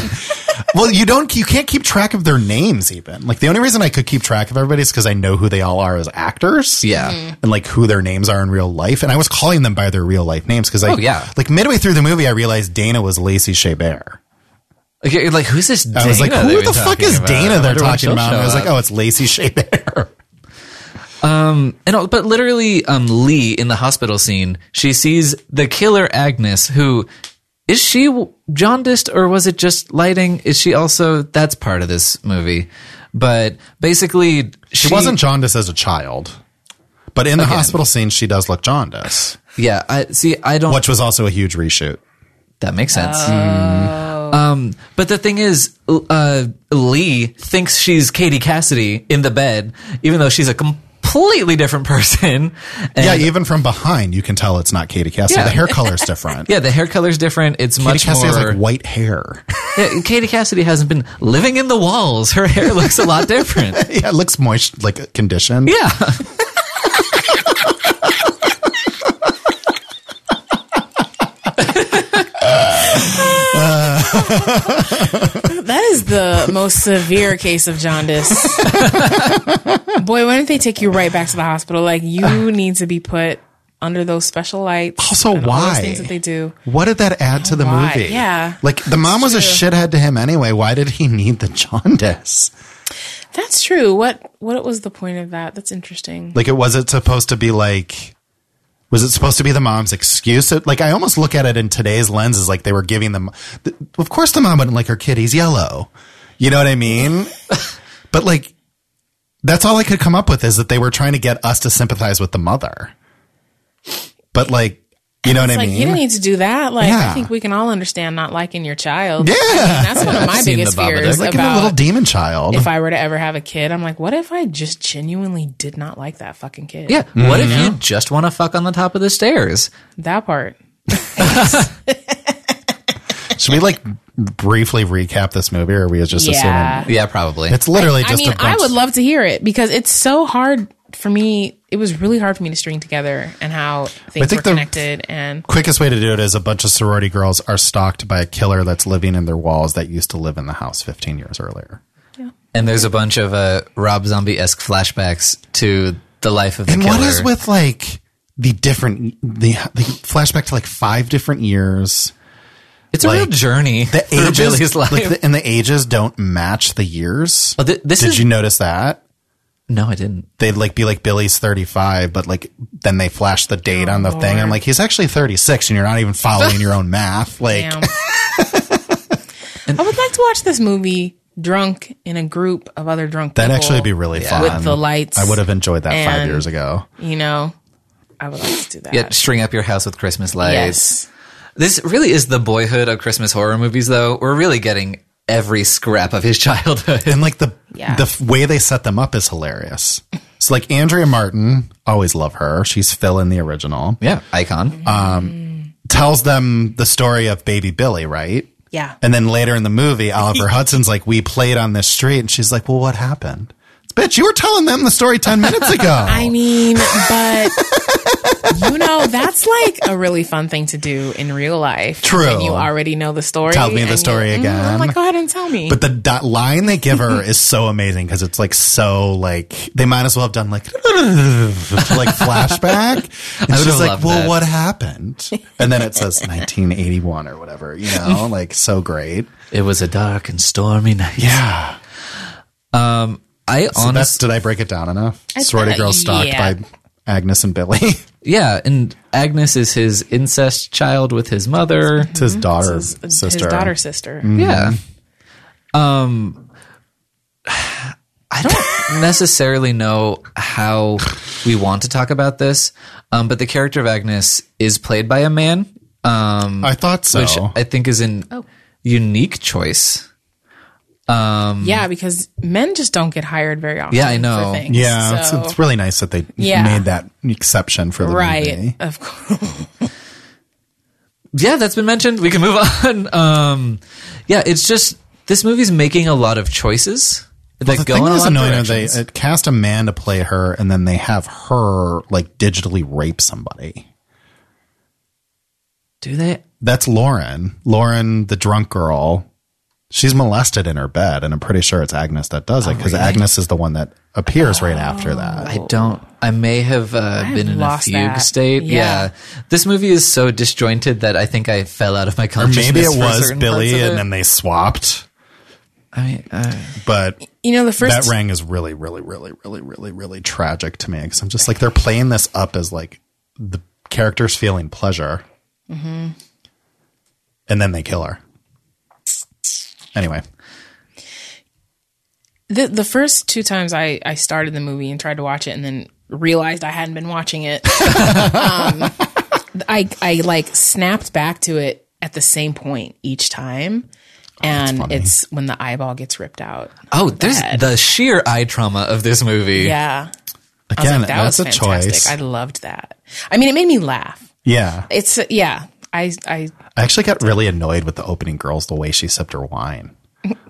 Speaker 4: well, you don't you can't keep track of their names even. Like the only reason I could keep track of everybody is because I know who they all are as actors.
Speaker 1: Yeah. Mhm.
Speaker 4: And like who their names are in real life. And I was calling them by their real life names because I
Speaker 1: Oh, yeah.
Speaker 4: like midway through the movie I realized Dana was Lacey Chabert.
Speaker 1: Like, you're like, who's this Dana?
Speaker 4: I was like,
Speaker 1: they've
Speaker 4: who
Speaker 1: been
Speaker 4: the fuck
Speaker 1: talking
Speaker 4: is
Speaker 1: about? I
Speaker 4: Dana they're
Speaker 1: wonder when
Speaker 4: talking
Speaker 1: she'll
Speaker 4: about? And I
Speaker 1: show
Speaker 4: was like,
Speaker 1: up.
Speaker 4: oh, it's Lacey Chabert.
Speaker 1: And all- but literally, um, Lee in the hospital scene, she sees the killer Agnes, who is she w- jaundiced or was it just lighting? Is she also that's part of this movie? But basically, she,
Speaker 4: She wasn't jaundiced as a child, but in the hospital scene, she does look jaundiced,
Speaker 1: Yeah, I see. I
Speaker 2: Oh.
Speaker 1: don't.
Speaker 4: which was also a huge reshoot.
Speaker 1: That makes sense. Um, but the thing is, uh, Lee thinks she's Katie Cassidy in the bed, even though she's a completely different person. And
Speaker 4: yeah, even from behind, you can tell it's not Katie Cassidy.
Speaker 1: Yeah.
Speaker 4: The hair color's different.
Speaker 1: yeah, the hair color's different. It's
Speaker 4: Katie
Speaker 1: much
Speaker 4: Cassidy
Speaker 1: more
Speaker 4: has like white hair.
Speaker 1: Yeah, Katie Cassidy hasn't been living in the walls. Her hair looks a lot different.
Speaker 4: yeah, it looks moist, like conditioned.
Speaker 1: Yeah.
Speaker 2: That is the most severe case of jaundice. Boy, why don't they take you right back to the hospital? Like
Speaker 4: Uh.
Speaker 2: you need to be put under those special lights.
Speaker 4: Also,
Speaker 2: and all those
Speaker 4: why?
Speaker 2: things that they do?
Speaker 4: What did that add to the
Speaker 2: Why?
Speaker 4: movie?
Speaker 2: Yeah.
Speaker 4: Like the mom was a shithead to him anyway. Why did he need the jaundice?
Speaker 2: That's true. What what was the point of that? That's interesting.
Speaker 4: Like it was it supposed to be like was it supposed to be the mom's excuse? It, like I almost look at it in today's lenses like they were giving them th- of course the mom wouldn't like her kid, he's yellow. You know what I mean? but like that's all I could come up with is that they were trying to get us to sympathize with the mother. But like you know what I
Speaker 2: It's like you
Speaker 4: mean?
Speaker 2: don't need to do that. Like
Speaker 4: Yeah.
Speaker 2: I think we can all understand not liking your child.
Speaker 4: Yeah.
Speaker 2: I mean, that's one of my
Speaker 1: I've seen
Speaker 2: biggest
Speaker 1: the Babadook.
Speaker 2: fears
Speaker 4: like in a
Speaker 2: about
Speaker 4: little demon child.
Speaker 2: if I were to ever have a kid. I'm like, what if I just genuinely did not like that fucking kid?
Speaker 1: Yeah.
Speaker 4: Mm-hmm.
Speaker 1: What if you just want to fuck on the top of the stairs?
Speaker 2: that part.
Speaker 4: Should we like briefly recap this movie or are we just
Speaker 2: Yeah.
Speaker 4: assuming
Speaker 1: Yeah, probably.
Speaker 4: it's literally just
Speaker 2: I mean,
Speaker 4: a bunch
Speaker 2: I would love to hear it because it's so hard for me. It was really hard for me to string together and how things
Speaker 4: think
Speaker 2: were
Speaker 4: the-
Speaker 2: connected. And
Speaker 4: quickest way to do it is a bunch of sorority girls are stalked by a killer that's living in their walls that used to live in the house 15 years earlier.
Speaker 1: and there's a bunch of uh, Rob Zombie esque flashbacks to the life of the
Speaker 4: And
Speaker 1: killer.
Speaker 4: what is with like the different the the flashback to like five different years?
Speaker 1: It's a real
Speaker 4: like,
Speaker 1: journey.
Speaker 4: The
Speaker 1: through
Speaker 4: ages
Speaker 1: Billy's life.
Speaker 4: like the, and the ages don't match the years.
Speaker 1: Oh, thi- this
Speaker 4: Did
Speaker 1: is-
Speaker 4: you notice that?
Speaker 1: no, I didn't.
Speaker 4: They'd like be like Billy's 35, but like then they flash the date on the thing. I'm like, he's actually 36 and you're not even following your own math. Like
Speaker 2: damn. I would like to watch this movie drunk in a group of other drunk
Speaker 4: that'd
Speaker 2: people.
Speaker 4: actually be really fun.
Speaker 2: With the lights.
Speaker 4: I would have enjoyed that five
Speaker 2: and-
Speaker 4: years ago.
Speaker 2: You know, I would like to do that.
Speaker 1: Yeah, string up your house with Christmas lights.
Speaker 2: Yes.
Speaker 1: This really is the boyhood of Christmas horror movies, though. We're really getting every scrap of his childhood.
Speaker 4: and like the
Speaker 2: Yeah.
Speaker 4: the f- way they set them up is hilarious. So like Andrea Martin, always love her. She's Phil in the original.
Speaker 1: Yeah, icon.
Speaker 4: Tells them the story of baby Billy, right?
Speaker 2: Yeah.
Speaker 4: And then later in the movie, Oliver Hudson's like, "We played on this street," and she's like, "Well, what happened?" Bitch, you were telling them the story ten minutes ago.
Speaker 2: I mean, but you know, that's like a really fun thing to do in real life.
Speaker 4: True.
Speaker 2: And you already know the story.
Speaker 4: Tell me the
Speaker 2: and you-
Speaker 4: story
Speaker 2: Mhm,
Speaker 4: again.
Speaker 2: I'm like, go ahead and tell me.
Speaker 4: But the dot line they give her is so amazing because it's like so like they might as well have done like like flashback. And
Speaker 1: I would
Speaker 4: she's
Speaker 1: have
Speaker 4: like,
Speaker 1: loved
Speaker 4: "Well,
Speaker 1: that.
Speaker 4: what happened?" And then it says 1981 or whatever. You know, like so great.
Speaker 1: It was a dark and stormy night.
Speaker 4: Yeah.
Speaker 1: I
Speaker 4: So that's-
Speaker 1: honestly,
Speaker 4: did I break it down enough?
Speaker 2: I
Speaker 4: Sorority
Speaker 2: thought-
Speaker 4: girl stalked
Speaker 2: yeah.
Speaker 4: by Agnes and Billy.
Speaker 1: yeah, and Agnes is his incest child with his mother.
Speaker 4: it's his daughter,
Speaker 2: Mm-hmm.
Speaker 4: sister. Mm.
Speaker 2: His daughter sister.
Speaker 1: Yeah. Um, I don't necessarily know how we want to talk about this, um, but the character of Agnes is played by a man, um,
Speaker 4: I thought so.
Speaker 1: which I think is an unique choice.
Speaker 2: Yeah, because men just don't get hired very often.
Speaker 1: Yeah, I know.
Speaker 2: For things,
Speaker 4: yeah,
Speaker 2: so-
Speaker 4: it's, it's really nice that they
Speaker 2: Yeah.
Speaker 4: made that exception for the
Speaker 2: right.
Speaker 4: movie.
Speaker 2: Of course.
Speaker 1: yeah, that's been mentioned. We can move on. Um, yeah, it's just this movie's making a lot of choices that
Speaker 4: The
Speaker 1: go
Speaker 4: thing
Speaker 1: in a
Speaker 4: that's
Speaker 1: lot
Speaker 4: annoying
Speaker 1: of
Speaker 4: is they
Speaker 1: directions.
Speaker 4: uh, cast a man to play her, and then they have her like digitally rape somebody.
Speaker 1: Do they?
Speaker 4: That's Lauren. Lauren, the drunk girl. She's molested in her bed, and I'm pretty sure it's Agnes that does it because Agnes is the one that appears right after that.
Speaker 1: I don't. Oh. I may have uh, been in a
Speaker 2: lost
Speaker 1: fugue
Speaker 2: that.
Speaker 1: state.
Speaker 2: Yeah.
Speaker 1: Yeah. This movie is so disjointed that I think I fell out of my
Speaker 4: Or
Speaker 1: consciousness.
Speaker 4: maybe it
Speaker 1: for
Speaker 4: was
Speaker 1: certain
Speaker 4: Billy,
Speaker 1: parts of
Speaker 4: and
Speaker 1: it.
Speaker 4: then they swapped.
Speaker 1: I mean, uh,
Speaker 4: But
Speaker 2: You know, the
Speaker 4: that
Speaker 2: first
Speaker 4: rang is really, really, really, really, really, really tragic to me because I'm just like they're playing this up as like the character's feeling pleasure,
Speaker 2: Mm-hmm.
Speaker 4: and then they kill her. Anyway,
Speaker 2: the, the first two times I, I started the movie and tried to watch it and then realized I hadn't been watching it. um, I I like snapped back to it at the same point each time. And it's when the eyeball gets ripped out.
Speaker 1: oh, there's the sheer eye trauma of this movie.
Speaker 2: Yeah. I was
Speaker 4: again,
Speaker 2: like, that
Speaker 4: that's
Speaker 2: was
Speaker 4: a
Speaker 2: fantastic.
Speaker 4: choice.
Speaker 2: I loved that. I mean, it made me laugh.
Speaker 4: yeah,
Speaker 2: It's yeah. I I
Speaker 4: I actually got really annoyed with the opening girls the way she sipped her wine.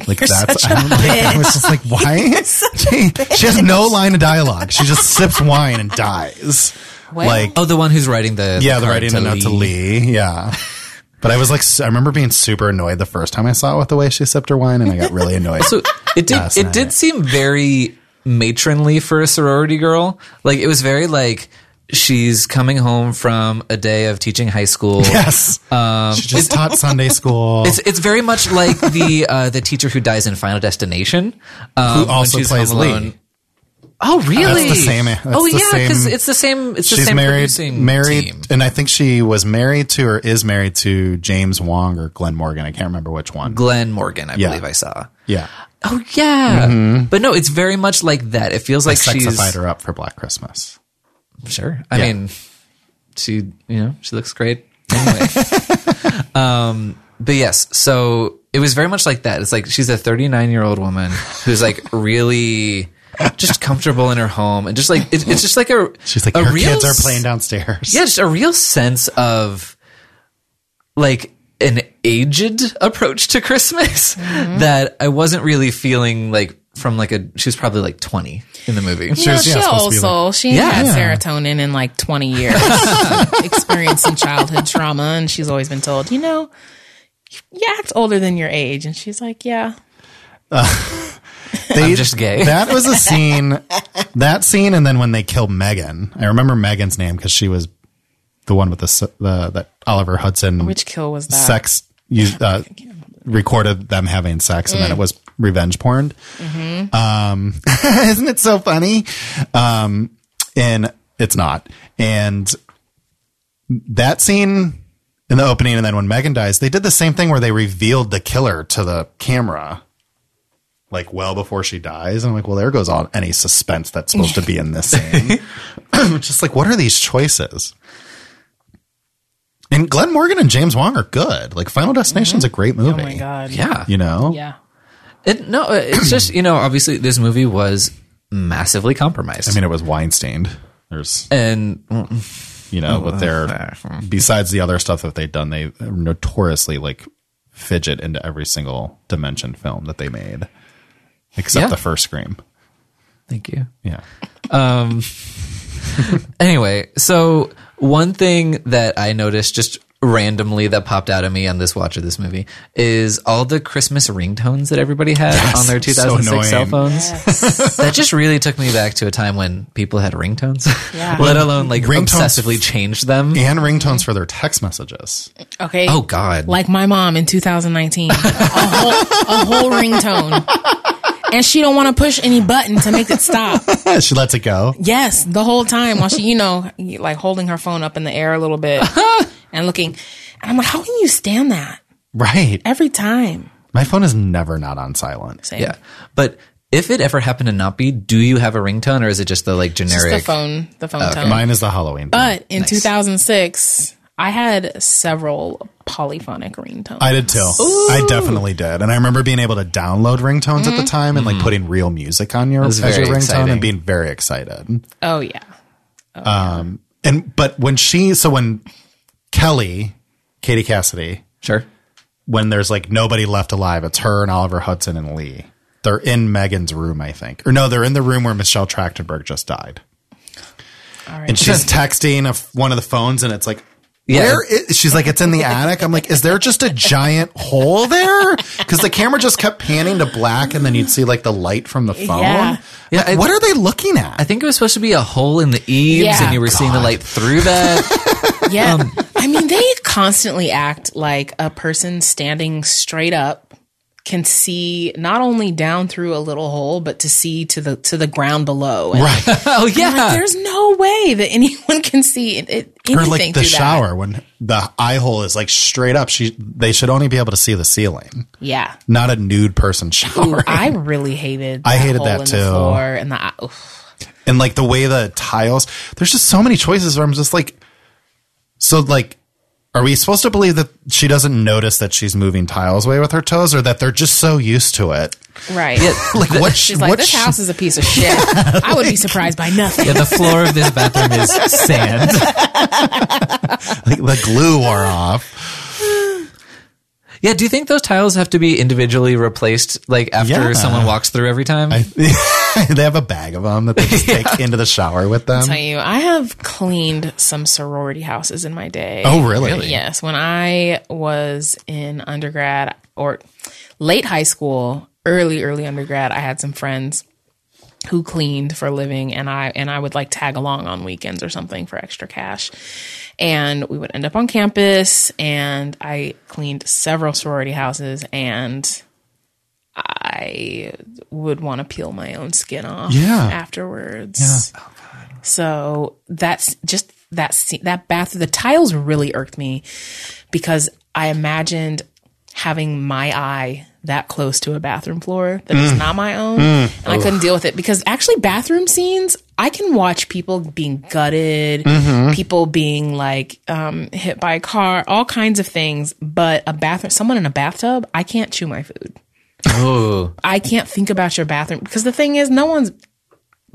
Speaker 4: Like that's
Speaker 2: such a
Speaker 4: I'm like- I was just like, why? she, she has no line of dialogue. She just sips wine and dies.
Speaker 2: Well-
Speaker 4: like
Speaker 1: Oh, the one who's writing the
Speaker 4: Yeah, the
Speaker 1: card
Speaker 4: writing the note to Lee. Yeah. But I was like, I remember being super annoyed the first time I saw it with the way she sipped her wine, and I got really annoyed.
Speaker 1: So it did.
Speaker 4: Last
Speaker 1: it did
Speaker 4: night.
Speaker 1: seem very matronly for a sorority girl. Like it was very like she's coming home from a day of teaching high school.
Speaker 4: yes, she just taught Sunday school.
Speaker 1: um, It's, it's very much like the uh, the teacher who dies in Final Destination, um,
Speaker 4: Who
Speaker 1: when
Speaker 4: also
Speaker 1: she's
Speaker 4: plays
Speaker 1: home alone.
Speaker 4: Lee.
Speaker 1: Oh, really?
Speaker 4: That's the same- that's
Speaker 1: oh,
Speaker 4: the
Speaker 1: yeah, because
Speaker 4: same-
Speaker 1: it's the same. It's the
Speaker 4: She's
Speaker 1: same
Speaker 4: married,
Speaker 1: producing
Speaker 4: married,
Speaker 1: team.
Speaker 4: and I think she was married to or is married to James Wong or Glenn Morgan. I can't remember which one.
Speaker 1: Glenn Morgan, I
Speaker 4: Yeah. Mm-hmm.
Speaker 1: believe I saw.
Speaker 4: yeah,
Speaker 1: Oh yeah, but no, it's very much like that. It feels like she's
Speaker 4: sexified her up for Black Christmas.
Speaker 1: sure. I
Speaker 4: Yeah.
Speaker 1: mean, she you know she looks great anyway. um, but yes, so it was very much like that. It's like she's a 39 year old woman who's like really just comfortable in her home and just like it, it's just like a
Speaker 4: She's like,
Speaker 1: a
Speaker 4: her
Speaker 1: real
Speaker 4: kids are
Speaker 1: s-
Speaker 4: playing downstairs.
Speaker 1: yeah, just a real sense of like an aged approach to Christmas
Speaker 4: Mm-hmm.
Speaker 1: that I wasn't really feeling like from like a she was probably like 20 in the movie.
Speaker 2: you know,
Speaker 4: was, yeah,
Speaker 2: she an
Speaker 4: supposed to
Speaker 2: old
Speaker 4: be
Speaker 2: soul. she ain't
Speaker 1: Yeah.
Speaker 2: had
Speaker 1: Yeah.
Speaker 2: serotonin in like 20 years, experiencing childhood trauma, and she's always been told, you know, you act older than your age, and she's like, yeah,
Speaker 4: They-
Speaker 1: I'm just gay.
Speaker 4: That was a scene. that scene, and then when they kill Megan, I remember Megan's name because she was the one with the s- the that Oliver Hudson
Speaker 2: which kill was that?
Speaker 4: sex you uh, recorded them having sex, and then it was revenge porn. Um, isn't it so funny? Um, and it's not. And that scene in the opening, and then when Megan dies, they did the same thing where they revealed the killer to the camera. Like well before she dies, and I'm like, well, there goes all any suspense that's supposed to be in this scene. Just like, what are these choices? And Glenn Morgan and James Wong are good. Like Final Destination's a great movie.
Speaker 2: Oh my god,
Speaker 1: Yeah.
Speaker 4: You know?
Speaker 2: yeah.
Speaker 1: It, no, it's just, you know, obviously this movie was massively compromised.
Speaker 4: I mean, it was Weinstein. There's,
Speaker 1: and well,
Speaker 4: you know,
Speaker 2: Oh,
Speaker 4: but they're, besides the other stuff that they've done, they notoriously like fidget into every single dimension film that they made, except
Speaker 1: Yeah.
Speaker 4: the first Scream.
Speaker 1: thank you.
Speaker 4: Yeah.
Speaker 1: anyway, so one thing that I noticed just randomly that popped out at me on this watch of this movie is all the Christmas ringtones that everybody had on their
Speaker 4: so
Speaker 1: 2006 cell
Speaker 4: annoying.
Speaker 1: phones. that just really took me back to a time when people had ringtones,
Speaker 2: Yeah.
Speaker 1: let alone like
Speaker 4: Ringtones-
Speaker 1: obsessively changed them.
Speaker 4: and ringtones for their text messages.
Speaker 2: Okay.
Speaker 1: Oh God.
Speaker 2: Like my mom in 2019. a, whole, a whole ringtone. And she don't want to push any button to make it stop.
Speaker 4: she lets it go.
Speaker 2: Yes, the whole time while she, you know, like holding her phone up in the air a little bit and looking. And I'm like, how can you stand that
Speaker 4: Right.
Speaker 2: every time?
Speaker 4: My phone is never not on silent.
Speaker 2: Same.
Speaker 1: yeah. But if it ever happened to not be, do you have a ringtone or is it just the like
Speaker 2: Just
Speaker 1: generic?
Speaker 2: the phone, the phone tone.
Speaker 4: Mine is the Halloween. thing.
Speaker 2: But in 2006, I had several polyphonic ringtones.
Speaker 4: I did too. I definitely did. And I remember being able to download ringtones at the time and like putting real music on your, as your
Speaker 1: Mm-hmm. very
Speaker 4: ringtone
Speaker 1: exciting.
Speaker 4: and being very excited.
Speaker 2: oh yeah.
Speaker 4: And, but when she, so when Kelly, Katie Cassidy,
Speaker 1: Sure.
Speaker 4: when there's like nobody left alive, it's her and Oliver Hudson and Lee. They're in Megan's room, I think. Or no, they're in the room where Michelle Trachtenberg just died. And she's texting a, one of the phones, and it's like,
Speaker 1: Yeah.
Speaker 4: where is, she's like, it's in the attic. I'm like, is there just a giant hole there? Because the camera just kept panning to black, and then you'd see like the light from the phone.
Speaker 2: Yeah.
Speaker 1: Yeah, I-
Speaker 4: Like, what are they looking
Speaker 1: I
Speaker 4: at?
Speaker 1: think it was supposed to be a hole in the eaves
Speaker 2: Yeah.
Speaker 1: and you were seeing the light through that.
Speaker 2: Yeah.
Speaker 4: Um,
Speaker 2: I mean, they constantly act like a person standing straight up can see not only down through a little hole, but to see to the to the ground below. And
Speaker 4: Right.
Speaker 1: oh
Speaker 2: I'm like,
Speaker 1: yeah.
Speaker 2: there's no way that anyone can see it, it, anything
Speaker 4: Or like the
Speaker 2: through
Speaker 4: shower when the eye hole is like straight up. She they should only be able to see the ceiling,
Speaker 2: That. Yeah.
Speaker 4: not a nude person showering.
Speaker 2: Ooh, I really hated.
Speaker 4: I
Speaker 2: that
Speaker 4: hated
Speaker 2: hole
Speaker 4: that
Speaker 2: in
Speaker 4: too.
Speaker 2: The floor and the oof.
Speaker 4: and like the way the tiles there's just so many choices where i'm just like so like are we supposed to believe that she doesn't notice that she's moving tiles away with her toes or that they're just so used to it
Speaker 2: right.
Speaker 4: like what
Speaker 2: She's like,
Speaker 4: what
Speaker 2: this
Speaker 4: sh-
Speaker 2: house is a piece of shit. I would be surprised by nothing.
Speaker 1: Yeah, the floor of this bathroom is sand.
Speaker 4: like the glue wore off
Speaker 1: Yeah, do you think those tiles have to be individually replaced like after
Speaker 4: Yeah.
Speaker 1: someone walks through every time?
Speaker 4: they have a bag of them that they just take into the shower with them
Speaker 2: tell you, I have cleaned some sorority houses in my day.
Speaker 4: oh really,
Speaker 2: Yes. When I was in undergrad or late high school, early, early undergrad, I had some friends who cleaned for a living and I and I would like tag along on weekends or something for extra cash. And we would end up on campus and I cleaned several sorority houses and I would want to peel my own skin off
Speaker 4: Yeah.
Speaker 2: afterwards. So that's just that se- that bath. The tiles really irked me because I imagined having my eye that close to a bathroom floor that is not my own, and I couldn't deal with it because actually bathroom scenes I can watch people being gutted, people being like um, hit by a car, all kinds of things. But a bathroom, someone in a bathtub, I can't chew my food.
Speaker 1: oh.
Speaker 2: I can't think about your bathroom because the thing is, no one's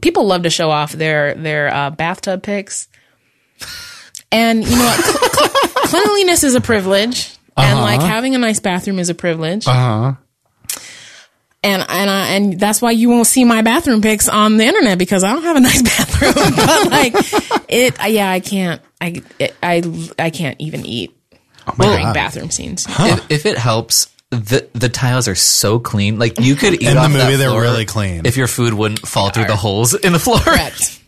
Speaker 2: people love to show off their their uh, bathtub pics, and you know what? Cl- cl- cleanliness is a privilege, and like having a nice bathroom is a privilege. Uh huh. And and I, and that's why you won't see my bathroom pics on the internet because I don't have a nice bathroom. but like it, yeah, I can't. I it, I I can't even eat during bathroom scenes.
Speaker 1: If, if it helps, the the tiles are so clean. Like you could eat
Speaker 4: In the
Speaker 1: off that
Speaker 4: movie, they're
Speaker 1: floor
Speaker 4: really clean.
Speaker 1: If your food wouldn't fall through the holes in the floor.
Speaker 2: Correct.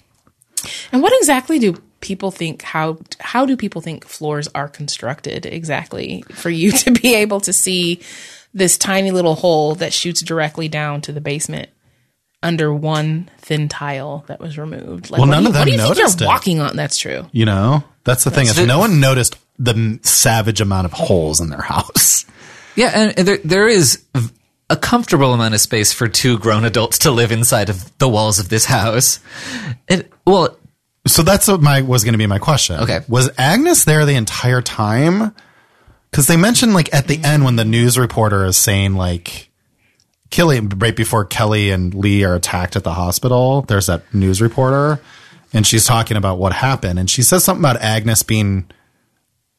Speaker 2: And what exactly do people think how how do people think floors are constructed exactly for you to be able to see this tiny little hole that shoots directly down to the basement under one thin tile that was removed? Like,
Speaker 4: Well,
Speaker 2: what do
Speaker 4: none
Speaker 2: you,
Speaker 4: of
Speaker 2: what
Speaker 4: them
Speaker 2: do you think
Speaker 4: noticed
Speaker 2: you're
Speaker 4: it.
Speaker 2: walking on? That's true.
Speaker 4: you know that's the thing is
Speaker 1: the-
Speaker 4: no one noticed the m- savage amount of holes in their house
Speaker 1: Yeah, and and there there is v- a comfortable amount of space for two grown adults to live inside of the walls of this house. It well,
Speaker 4: So that's what my was going to be my question.
Speaker 1: Okay.
Speaker 4: was Agnes there the entire time? Because they mentioned like at the end when the news reporter is saying like, Kelly right before Kelly and Lee are attacked at the hospital. There's that news reporter, and she's talking about what happened, and she says something about Agnes being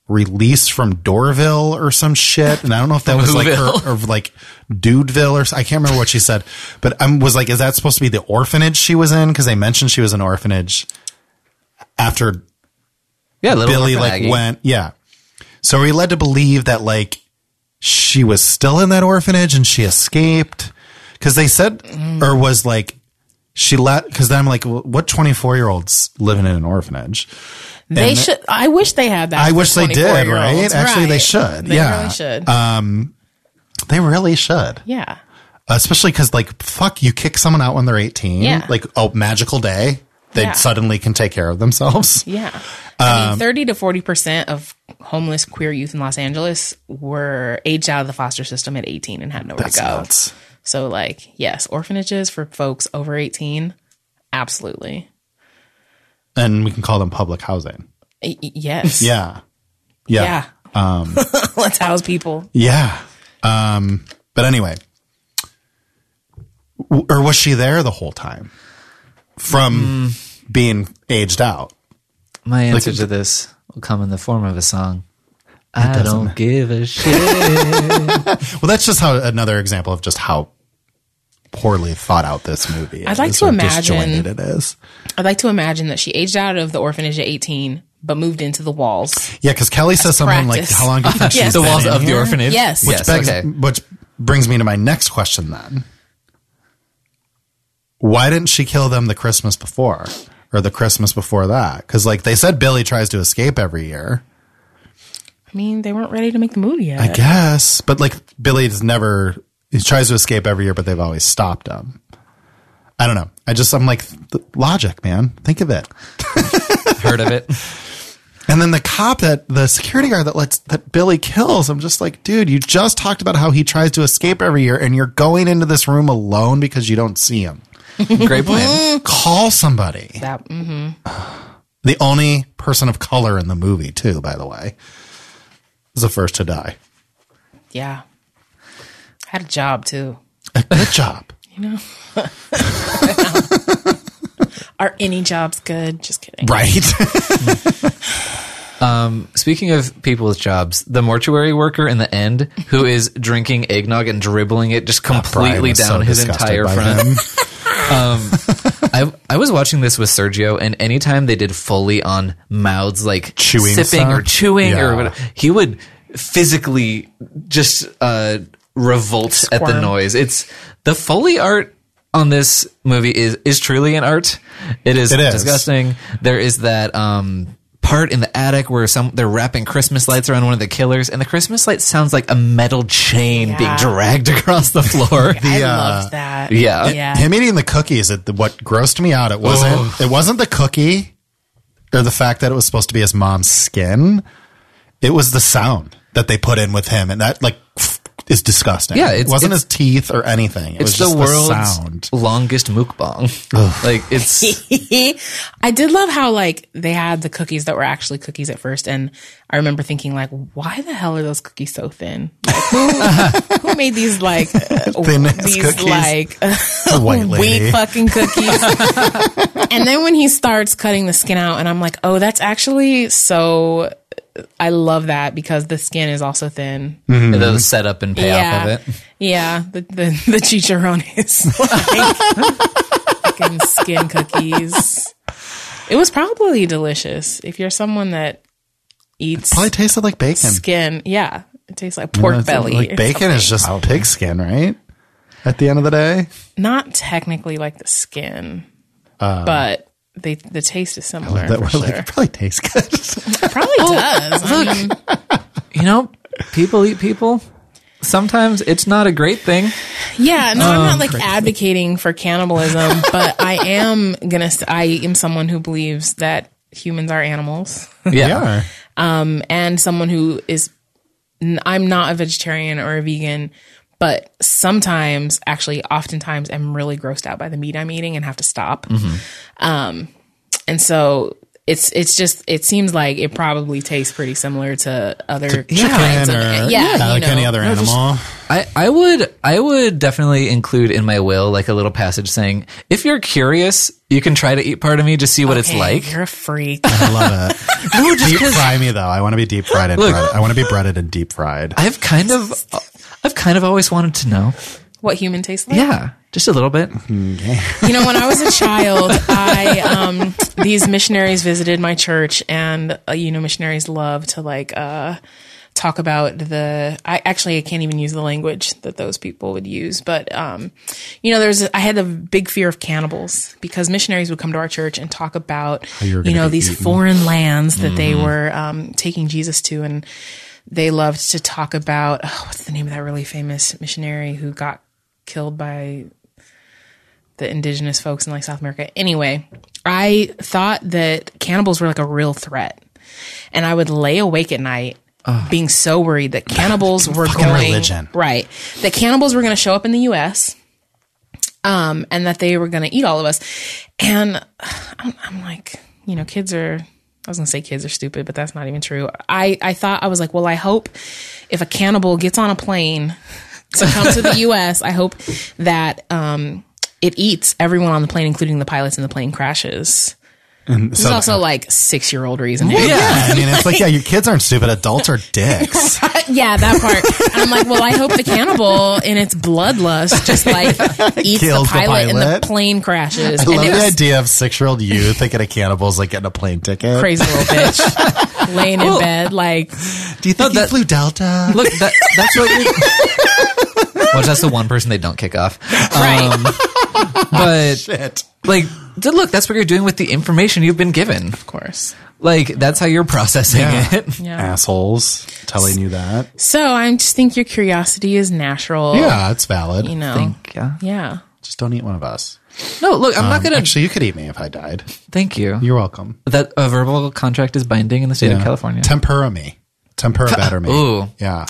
Speaker 4: released from Dorville or some shit, and I don't know if that was like her or like Dudeville or s- I can't remember what she said, but I was like, is that supposed to be the orphanage she was in? Because they mentioned she was an orphanage after
Speaker 1: Yeah, little
Speaker 4: Billy
Speaker 1: Orphan
Speaker 4: like
Speaker 1: Aggie.
Speaker 4: went, yeah. So we led to believe that like she was still in that orphanage and she escaped because they said or was like she let because then I'm like, well, what 24 year olds living in an orphanage?
Speaker 2: They should. I wish they had that.
Speaker 4: I
Speaker 2: for
Speaker 4: wish they did,
Speaker 2: 24-year-olds.
Speaker 4: right? Actually, they
Speaker 2: Right.
Speaker 4: should.
Speaker 2: They
Speaker 4: Yeah. Uh,
Speaker 2: really should.
Speaker 4: They really should,
Speaker 2: yeah.
Speaker 4: especially because like fuck, you kick someone out when they're 18.
Speaker 2: Yeah.
Speaker 4: Like oh, magical day. They
Speaker 2: Yeah.
Speaker 4: suddenly can take care of themselves.
Speaker 2: Yeah. I
Speaker 4: Um,
Speaker 2: mean, 30 to 40% of homeless queer youth in Los Angeles were aged out of the foster system at 18 and had nowhere
Speaker 4: That's
Speaker 2: to go.
Speaker 4: nuts.
Speaker 2: So, like, yes, orphanages for folks over 18. Absolutely.
Speaker 4: And we can call them public housing.
Speaker 2: Y- y- yes.
Speaker 4: Yeah.
Speaker 2: Yeah.
Speaker 4: yeah. Um,
Speaker 2: Let's house people.
Speaker 4: Yeah. Um, but anyway, W- or was she there the whole time from being aged out?
Speaker 1: My answer to this will come in the form of a song. I don't give a shit.
Speaker 4: Well, that's just how another example of just how poorly thought out this movie.
Speaker 2: I'd like
Speaker 4: is,
Speaker 2: to
Speaker 4: or
Speaker 2: imagine-
Speaker 4: disjointed it is.
Speaker 2: I'd like to imagine that she aged out of the orphanage at 18, but moved into the walls.
Speaker 4: Yeah, because Kelly says something
Speaker 2: practice.
Speaker 4: like, "How long do you think she's
Speaker 1: the
Speaker 4: been
Speaker 1: walls
Speaker 4: in
Speaker 1: of the
Speaker 4: here?"
Speaker 1: orphanage.
Speaker 2: Yes.
Speaker 4: Which
Speaker 1: yes.
Speaker 4: begs,
Speaker 1: okay.
Speaker 4: which brings me to my next question then. Why didn't she kill them the Christmas before or the Christmas before that? Because like they said, Billy tries to escape every year.
Speaker 2: I mean, they weren't ready to make the movie yet.
Speaker 4: I guess, but like Billy's never he tries to escape every year, but they've always stopped him. I don't know. I just I'm like th- logic, man. Think of it.
Speaker 1: Heard of it?
Speaker 4: And then the cop that the security guard that lets that Billy kills. I'm just like, dude, you just talked about how he tries to escape every year, and you're going into this room alone because you don't see him.
Speaker 1: Great
Speaker 4: Mm.
Speaker 1: plan.
Speaker 4: Call somebody.
Speaker 2: That- mhm.
Speaker 4: The only person of color in the movie, too, by the way, is the first to die.
Speaker 2: Yeah. Had a job too.
Speaker 4: Good job.
Speaker 2: Are any jobs good? Just kidding.
Speaker 4: Right.
Speaker 1: Speaking of people with jobs, the mortuary worker in the end who is drinking eggnog and dribbling it just
Speaker 4: Brian
Speaker 1: completely
Speaker 4: was so
Speaker 1: down his
Speaker 4: disgusted
Speaker 1: entire
Speaker 4: by
Speaker 1: front.
Speaker 4: him.
Speaker 1: Um, I I was watching this with Sergio, and anytime they did fully on mouths like
Speaker 4: Chewing
Speaker 1: sipping
Speaker 4: stuff?
Speaker 1: or chewing
Speaker 4: Yeah.
Speaker 1: or whatever, he would physically just uh, revolt at the
Speaker 2: Squirm.
Speaker 1: noise. It's the foley art on this movie is is truly an art. It is,
Speaker 4: It is.
Speaker 1: disgusting. There is that. Um, Part in the attic where some they're wrapping Christmas lights around one of the killers, and the Christmas light sounds like a metal chain being
Speaker 2: Yeah.
Speaker 1: dragged across the floor.
Speaker 2: I
Speaker 4: The, uh,
Speaker 2: loved that.
Speaker 1: yeah.
Speaker 2: Yeah.
Speaker 4: Him eating the cookies. It, what grossed me out. It wasn't. It wasn't the cookie, or the fact that it was supposed to be his mom's skin. It was the sound that they put in with him, and that like is disgusting.
Speaker 1: Yeah,
Speaker 4: it
Speaker 1: it's-
Speaker 4: wasn't
Speaker 1: it's-
Speaker 4: his teeth or anything. It was
Speaker 1: it's
Speaker 4: just
Speaker 1: the
Speaker 4: the,
Speaker 1: world's
Speaker 4: sound.
Speaker 1: longest mukbang. Like it's
Speaker 2: I did love how like they had the cookies that were actually cookies at first, and I remember thinking like, why the hell are those cookies so thin? Like, who, who made these like uh,
Speaker 4: Thin-ass
Speaker 2: these
Speaker 4: cookies.
Speaker 2: like
Speaker 4: The white lady.
Speaker 2: weak fucking cookies? and then when he starts cutting the skin out, and I'm like, oh, that's actually so. I love that because the skin is also thin.
Speaker 1: the setup and payoff of it.
Speaker 2: Yeah, the the, the chicharrones, like, fucking skin cookies. It was probably delicious if you're someone that eats
Speaker 4: Probably tasted like bacon.
Speaker 2: skin. Yeah, it tastes like pork
Speaker 4: That's-
Speaker 2: belly.
Speaker 4: Like
Speaker 2: or
Speaker 4: bacon is
Speaker 2: something.
Speaker 4: just pig skin, right? At the end of the day,
Speaker 2: not technically like the skin, but they the taste is similar
Speaker 4: Uh, that
Speaker 2: for
Speaker 4: we're
Speaker 2: sure.
Speaker 4: like, it probably tastes good.
Speaker 2: It probably does. I mean,
Speaker 1: You know, people eat people. Sometimes it's not a great thing.
Speaker 2: Yeah, no, I'm
Speaker 4: Oh,
Speaker 2: not like advocating for cannibalism, but I am gonna. s- I am someone who believes that humans are animals,
Speaker 1: Yeah.
Speaker 4: yeah.
Speaker 2: and someone who is. n- I'm not a vegetarian or a vegan, but sometimes, actually, oftentimes, I'm really grossed out by the meat I'm eating and have to stop. Um, and so. It's it's just it seems like it probably tastes pretty similar to other kinds
Speaker 4: Chicken
Speaker 2: of
Speaker 4: or
Speaker 2: yeah, you
Speaker 4: like any
Speaker 2: know.
Speaker 4: other animal.
Speaker 1: I, I would I would definitely include in my will like a little passage saying, if you're curious, you can try to eat part of me to see what it's
Speaker 2: Okay,
Speaker 1: like.
Speaker 2: You're a freak.
Speaker 4: I love it. deep fry me though. I want to be deep fried and
Speaker 1: Look.
Speaker 4: breaded. I want to be breaded and deep fried.
Speaker 1: I've kind of I've kind of always wanted to know.
Speaker 2: what human tastes like.
Speaker 1: Yeah, just a little bit.
Speaker 2: You know, when I was a child, I um, these missionaries visited my church, and uh, you know, missionaries love to like uh, talk about the. I actually I can't even use the language that those people would use, but um, you know, there's I had a big fear of cannibals because missionaries would come to our church and talk about
Speaker 4: you were
Speaker 2: you,
Speaker 4: gonna
Speaker 2: know
Speaker 4: be
Speaker 2: these
Speaker 4: eaten. Mm-hmm.
Speaker 2: foreign lands that they were um, taking Jesus to, and they loved to talk about oh, what's the name of that really famous missionary who got killed by the indigenous folks in like South America. Anyway, I thought that cannibals were like a real threat. And I would lay awake at night being so worried that cannibals were
Speaker 4: Fucking
Speaker 2: going
Speaker 4: religion.
Speaker 2: right. That cannibals were going to show up in the US um and that they were going to eat all of us. And I'm, I'm like, you know, kids are I was going to say kids are stupid, but that's not even true. I I thought I was like, well, I hope if a cannibal gets on a plane to come to the U.S. I hope that um, it eats everyone on the plane, including the pilots, and the plane crashes. This is also like six year old reason. Yeah.
Speaker 4: yeah, I mean, it's like, yeah, your kids aren't stupid. Adults are dicks.
Speaker 2: that part. And I'm like, well, I hope the cannibal in its bloodlust just like eats the
Speaker 4: Kills
Speaker 2: pilot,
Speaker 4: the
Speaker 2: and the
Speaker 4: pilot.
Speaker 2: plane crashes.
Speaker 4: I
Speaker 2: and
Speaker 4: love
Speaker 2: it
Speaker 4: the
Speaker 2: was
Speaker 4: idea of six year old you thinking a cannibal is like getting a plane ticket.
Speaker 2: crazy little bitch laying in bed like
Speaker 4: um, Do you think
Speaker 1: No,
Speaker 4: he
Speaker 1: that-
Speaker 4: flew Delta?
Speaker 1: Look, that, that's what. You, well, that's the one person they don't kick off.
Speaker 2: right.
Speaker 1: But
Speaker 4: Shit.
Speaker 1: like, th- look, that's what you're doing with the information you've been given.
Speaker 2: of course.
Speaker 1: Like, that's how you're processing
Speaker 4: Yeah.
Speaker 1: it.
Speaker 2: Yeah.
Speaker 4: Assholes telling you that.
Speaker 2: So I just think your curiosity is natural.
Speaker 4: yeah, it's valid.
Speaker 2: You know.
Speaker 1: Thank Oh. you.
Speaker 2: Yeah.
Speaker 4: Just don't eat one of us.
Speaker 1: No, look, I'm not gonna.
Speaker 4: Um, Actually, you could eat me if I died.
Speaker 1: thank you.
Speaker 4: You're welcome.
Speaker 1: that a verbal contract is binding in the state of
Speaker 4: Yeah.
Speaker 1: California.
Speaker 4: Tempura me. Tempura batter me.
Speaker 1: Ooh.
Speaker 4: Yeah.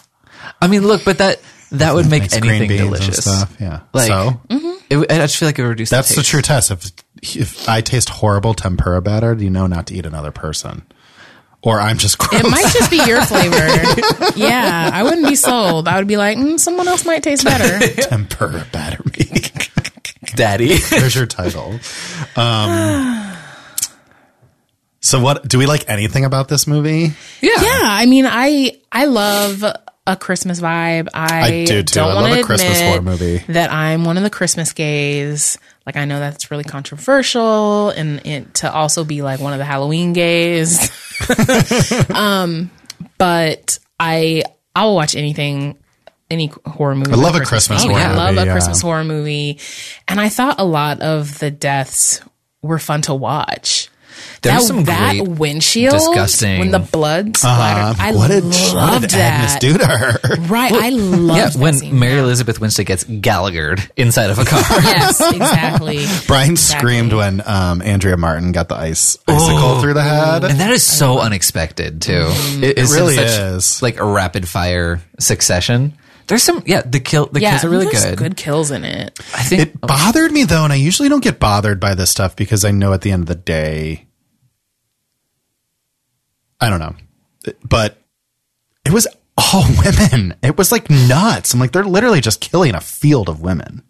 Speaker 1: I mean, look, but that that would make
Speaker 4: Mixed
Speaker 1: anything
Speaker 4: beans and
Speaker 1: delicious.
Speaker 4: stuff. Yeah.
Speaker 1: Like, mm-hmm.
Speaker 4: so
Speaker 1: it, I just feel like it would reduce.
Speaker 4: that's the
Speaker 1: taste.
Speaker 4: true test. If if I taste horrible tempura batter, you know not to eat another person. Or I'm just gross.
Speaker 2: It might just be your flavor. yeah, I wouldn't be sold. I would be like, mm, someone else might taste better.
Speaker 4: tempura batter me.
Speaker 1: daddy.
Speaker 4: There's your title. Um, so what do we like anything about this movie?
Speaker 2: yeah. Yeah. I mean, I I love a Christmas vibe. I,
Speaker 4: I do too.
Speaker 2: Don't
Speaker 4: I
Speaker 2: wanna
Speaker 4: love a Christmas
Speaker 2: admit
Speaker 4: horror movie.
Speaker 2: That I'm one of the Christmas gays. Like I know that's really controversial, and it, to also be like one of the Halloween gays. um, but I I will watch anything. Any horror movie. I
Speaker 4: love a Christmas horror
Speaker 2: I love
Speaker 4: movie,
Speaker 2: a
Speaker 4: yeah.
Speaker 2: Christmas horror movie, and I thought a lot of the deaths were fun to watch.
Speaker 1: There's
Speaker 2: that,
Speaker 1: some
Speaker 2: that
Speaker 1: great
Speaker 2: windshield,
Speaker 1: disgusting-
Speaker 2: when the blood splattered. I
Speaker 4: Uh-huh. what did
Speaker 2: loved
Speaker 4: Agnes
Speaker 2: that.
Speaker 4: do to her?
Speaker 2: Right, I love
Speaker 1: Yeah,
Speaker 2: that
Speaker 1: when
Speaker 2: scene.
Speaker 1: Mary Elizabeth Winstead gets Gallaghered inside of a car.
Speaker 2: yes, exactly.
Speaker 4: Brian
Speaker 2: Exactly. Oh.
Speaker 4: screamed when um, Andrea Martin got the ice icicle through the head.
Speaker 1: And that is so unexpected too. It, it's in
Speaker 4: Mm-hmm. really
Speaker 1: such,
Speaker 4: is.
Speaker 1: like a rapid fire succession. There's some yeah. The kill the
Speaker 2: Yeah,
Speaker 1: kills are really
Speaker 2: there's
Speaker 1: good.
Speaker 2: Good kills in it.
Speaker 1: I think
Speaker 4: It bothered me though, and I usually don't get bothered by this stuff because I know at the end of the day, I don't know, but it was all women. It was like nuts. I'm like, they're literally just killing a field of women.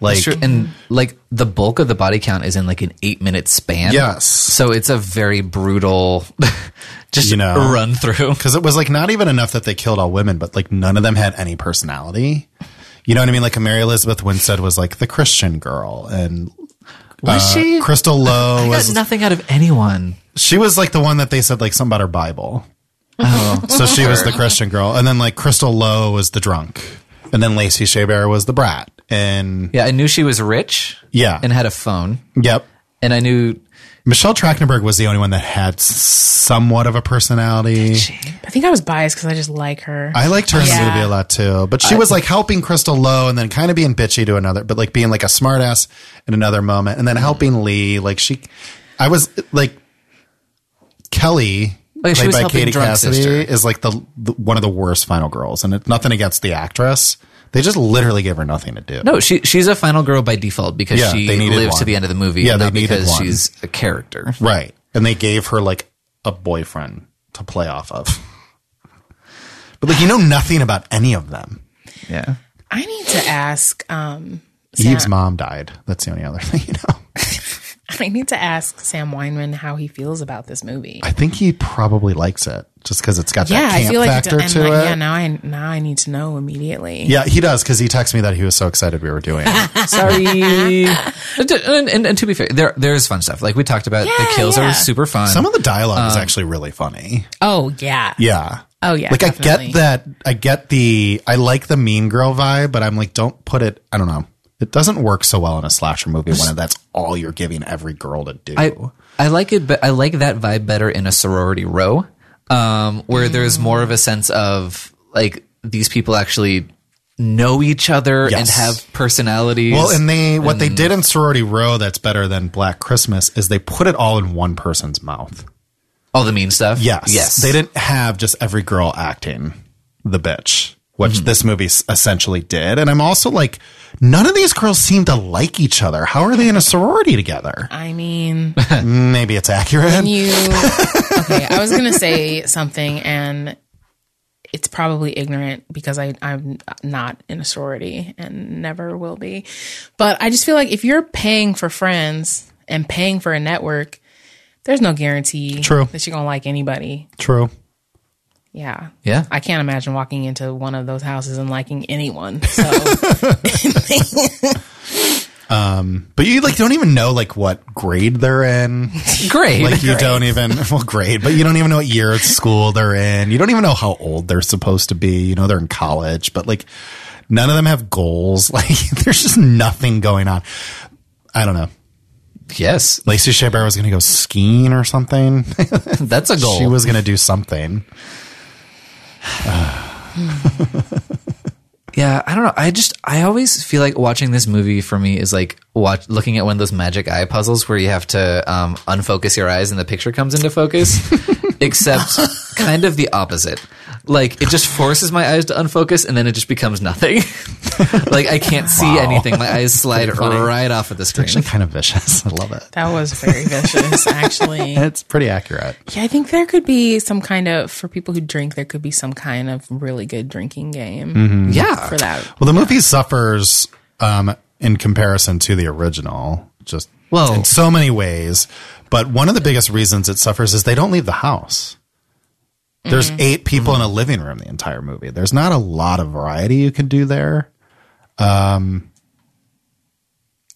Speaker 4: Like,
Speaker 1: It's true. and like the bulk of the body count is in like an eight minute span.
Speaker 4: Yes.
Speaker 1: So it's a very brutal, just
Speaker 4: You know.
Speaker 1: run through.
Speaker 4: because it was like not even enough that they killed all women, but like none of them had any personality. You know what I mean? Like Mary Elizabeth Winstead was like the Christian girl, and
Speaker 1: Was
Speaker 4: uh,
Speaker 1: she?
Speaker 4: Crystal Lowe
Speaker 1: I got
Speaker 4: was
Speaker 1: nothing out of anyone.
Speaker 4: she was like the one that they said like something about her Bible. so she was the Christian girl, and then like Crystal Lowe was the drunk, and then Lacey Chabert was the brat, and
Speaker 1: Yeah, I knew she was rich.
Speaker 4: Yeah.
Speaker 1: and had a phone,
Speaker 4: yep,
Speaker 1: and I knew
Speaker 4: Michelle Trachtenberg was the only one that had s- somewhat of a personality.
Speaker 2: I think I was biased because I just like her.
Speaker 4: I liked her in the
Speaker 2: Yeah.
Speaker 4: movie a lot too, but she was like helping Crystal Lowe and then kind of being bitchy to another, but like being like a smartass in another moment, and then helping Lee. Like she, I was like Kelly,
Speaker 1: Like, Oh, she
Speaker 4: played
Speaker 1: was
Speaker 4: by
Speaker 1: helping
Speaker 4: Katie
Speaker 1: Drunk
Speaker 4: Cassidy,
Speaker 1: Sister.
Speaker 4: is like the, the one of the worst final girls, and it's nothing against the actress. They just literally gave her nothing to do.
Speaker 1: no. She she's a final girl by default because
Speaker 4: Yeah,
Speaker 1: she
Speaker 4: they needed
Speaker 1: lives to
Speaker 4: one.
Speaker 1: the end of the movie.
Speaker 4: Yeah,
Speaker 1: and
Speaker 4: they
Speaker 1: not
Speaker 4: needed
Speaker 1: because
Speaker 4: one.
Speaker 1: she's a character.
Speaker 4: right, and they gave her like a boyfriend to play off of, but like you know nothing about any of them.
Speaker 1: Yeah,
Speaker 2: I need to ask. Um,
Speaker 4: Eve's
Speaker 2: Sam-
Speaker 4: mom died. That's the only other thing you know.
Speaker 2: I I need to ask Sam Weinman how he feels about this movie.
Speaker 4: I think he probably likes it just because it's got
Speaker 2: yeah,
Speaker 4: that camp
Speaker 2: I feel like
Speaker 4: factor
Speaker 2: and
Speaker 4: to
Speaker 2: like,
Speaker 4: it.
Speaker 2: yeah. Now I now I need to know immediately.
Speaker 4: Yeah, he does because he texted me that he was so excited we were doing it.
Speaker 1: Sorry. and, and, and to be fair, there there is fun stuff. Like we talked about, the
Speaker 2: Yeah,
Speaker 1: kills
Speaker 2: yeah.
Speaker 1: are super fun.
Speaker 4: Some of the dialogue is actually really funny.
Speaker 2: Oh yeah.
Speaker 4: Yeah.
Speaker 2: Oh, yeah,
Speaker 4: Like I
Speaker 2: definitely.
Speaker 4: get that. I get the. I like the mean girl vibe, but I'm like, don't put it. I don't know. It doesn't work so well in a slasher movie when that's all you're giving every girl to do.
Speaker 1: I I like it, but I like that vibe better in a sorority row, um, where there's more of a sense of like these people actually know each other and
Speaker 4: Yes.
Speaker 1: have personalities.
Speaker 4: well, and they what they did in Sorority Row that's better than Black Christmas is they put it all in one person's mouth.
Speaker 1: all the mean stuff.
Speaker 4: Yes.
Speaker 1: yes,
Speaker 4: They didn't have just every girl acting the bitch, which this movie s- essentially did. And I'm also like, none of these girls seem to like each other. How are they in a sorority together?
Speaker 2: I mean,
Speaker 4: Maybe it's accurate.
Speaker 2: you. Okay, I was gonna say something, and it's probably ignorant because I I'm not in a sorority and never will be. But I just feel like if you're paying for friends and paying for a network, there's no guarantee
Speaker 4: True.
Speaker 2: that you're gonna like anybody.
Speaker 4: True.
Speaker 2: Yeah.
Speaker 1: Yeah.
Speaker 2: I can't imagine walking into one of those houses and liking anyone. So
Speaker 4: But you like don't even know like what grade they're in.
Speaker 1: great.
Speaker 4: Like you don't even well grade, but you don't even know what year of school they're in. You don't even know how old they're supposed to be. You know they're in college, but like none of them have goals. Like there's just nothing going on. I don't know.
Speaker 1: yes,
Speaker 4: Lacey Chabert was going to go skiing or something.
Speaker 1: that's a goal.
Speaker 4: she was going to do something.
Speaker 1: Yeah, I don't know. I just I always feel like watching this movie for me is like watch looking at one of those magic eye puzzles where you have to um, unfocus your eyes and the picture comes into focus. except kind of the opposite. Like it just forces my eyes to unfocus and then it just becomes nothing. like I can't see anything. My eyes slide right off of the screen.
Speaker 4: Actually, kind of vicious. I love it.
Speaker 2: that was very vicious, actually.
Speaker 4: It's pretty accurate.
Speaker 2: Yeah, I think there could be some kind of for people who drink, there could be some kind of really good drinking game
Speaker 4: Uh,
Speaker 1: Yeah.
Speaker 2: for that.
Speaker 4: Well, the movie suffers um, in comparison to the original, just
Speaker 1: Well-
Speaker 4: in so many ways. But one of the biggest reasons it suffers is they don't leave the house. There's eight people in a living room the entire movie. There's not a lot of variety you can do there. Um,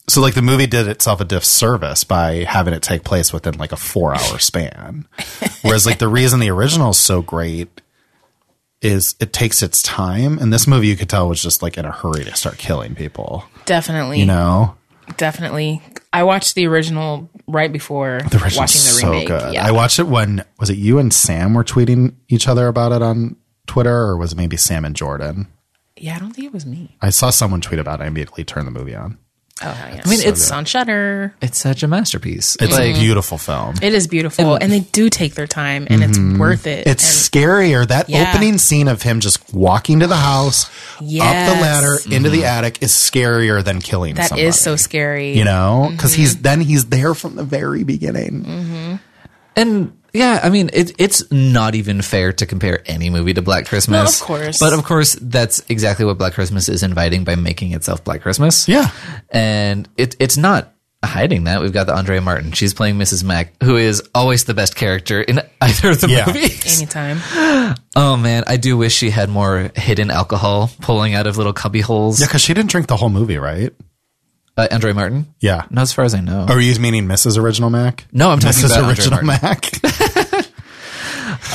Speaker 4: so like the movie did itself a disservice by having it take place within like a four hour span. Whereas like the reason the original is so great is it takes its time and this movie you could tell was just like in a hurry to start killing people
Speaker 2: Definitely,
Speaker 4: you know
Speaker 2: definitely. I watched the original right before
Speaker 4: the original
Speaker 2: watching the
Speaker 4: so
Speaker 2: remake.
Speaker 4: good
Speaker 2: Yeah,
Speaker 4: i watched it when was it you and sam were tweeting each other about it on twitter or was it maybe sam and jordan
Speaker 2: yeah. I don't think it was me.
Speaker 4: i saw someone tweet about it i immediately turned the movie on
Speaker 2: Oh, hell yeah.
Speaker 1: I mean, it's-
Speaker 2: it's on Shutter.
Speaker 1: It's such a masterpiece.
Speaker 4: it's
Speaker 1: like
Speaker 4: a beautiful film
Speaker 2: It is beautiful, and they do take their time, and it's worth it.
Speaker 4: Mm-hmm. it's
Speaker 2: and
Speaker 4: scarier that
Speaker 2: Yeah.
Speaker 4: opening scene of him just walking to the house up the
Speaker 2: Yes.
Speaker 4: ladder into the attic is scarier than killing
Speaker 2: that is
Speaker 4: somebody.
Speaker 2: so Mm-hmm. scary.
Speaker 4: you know because he's then he's there from the very beginning
Speaker 2: Mm-hmm.
Speaker 1: And yeah, I mean, it, it's not even fair to compare any movie to Black Christmas.
Speaker 2: No, of course.
Speaker 1: But of course, that's exactly what Black Christmas is inviting by making itself Black Christmas.
Speaker 4: Yeah.
Speaker 1: And it, it's not hiding that. We've got the Andrea Martin. She's playing Mrs. Mack, who is always the best character in either of the
Speaker 4: Yeah.
Speaker 1: movies.
Speaker 2: Anytime.
Speaker 1: Oh, man. I do wish she had more hidden alcohol pulling out of little cubby holes.
Speaker 4: Yeah, because she didn't drink the whole movie, right?
Speaker 1: Uh, Andrea Martin?
Speaker 4: Yeah.
Speaker 1: Not as far as I know.
Speaker 4: Oh, Are you meaning Mrs. Original Mac?
Speaker 1: No, I'm talking
Speaker 4: Mrs.
Speaker 1: about Andrea
Speaker 4: Original
Speaker 1: Martin.
Speaker 4: Mac.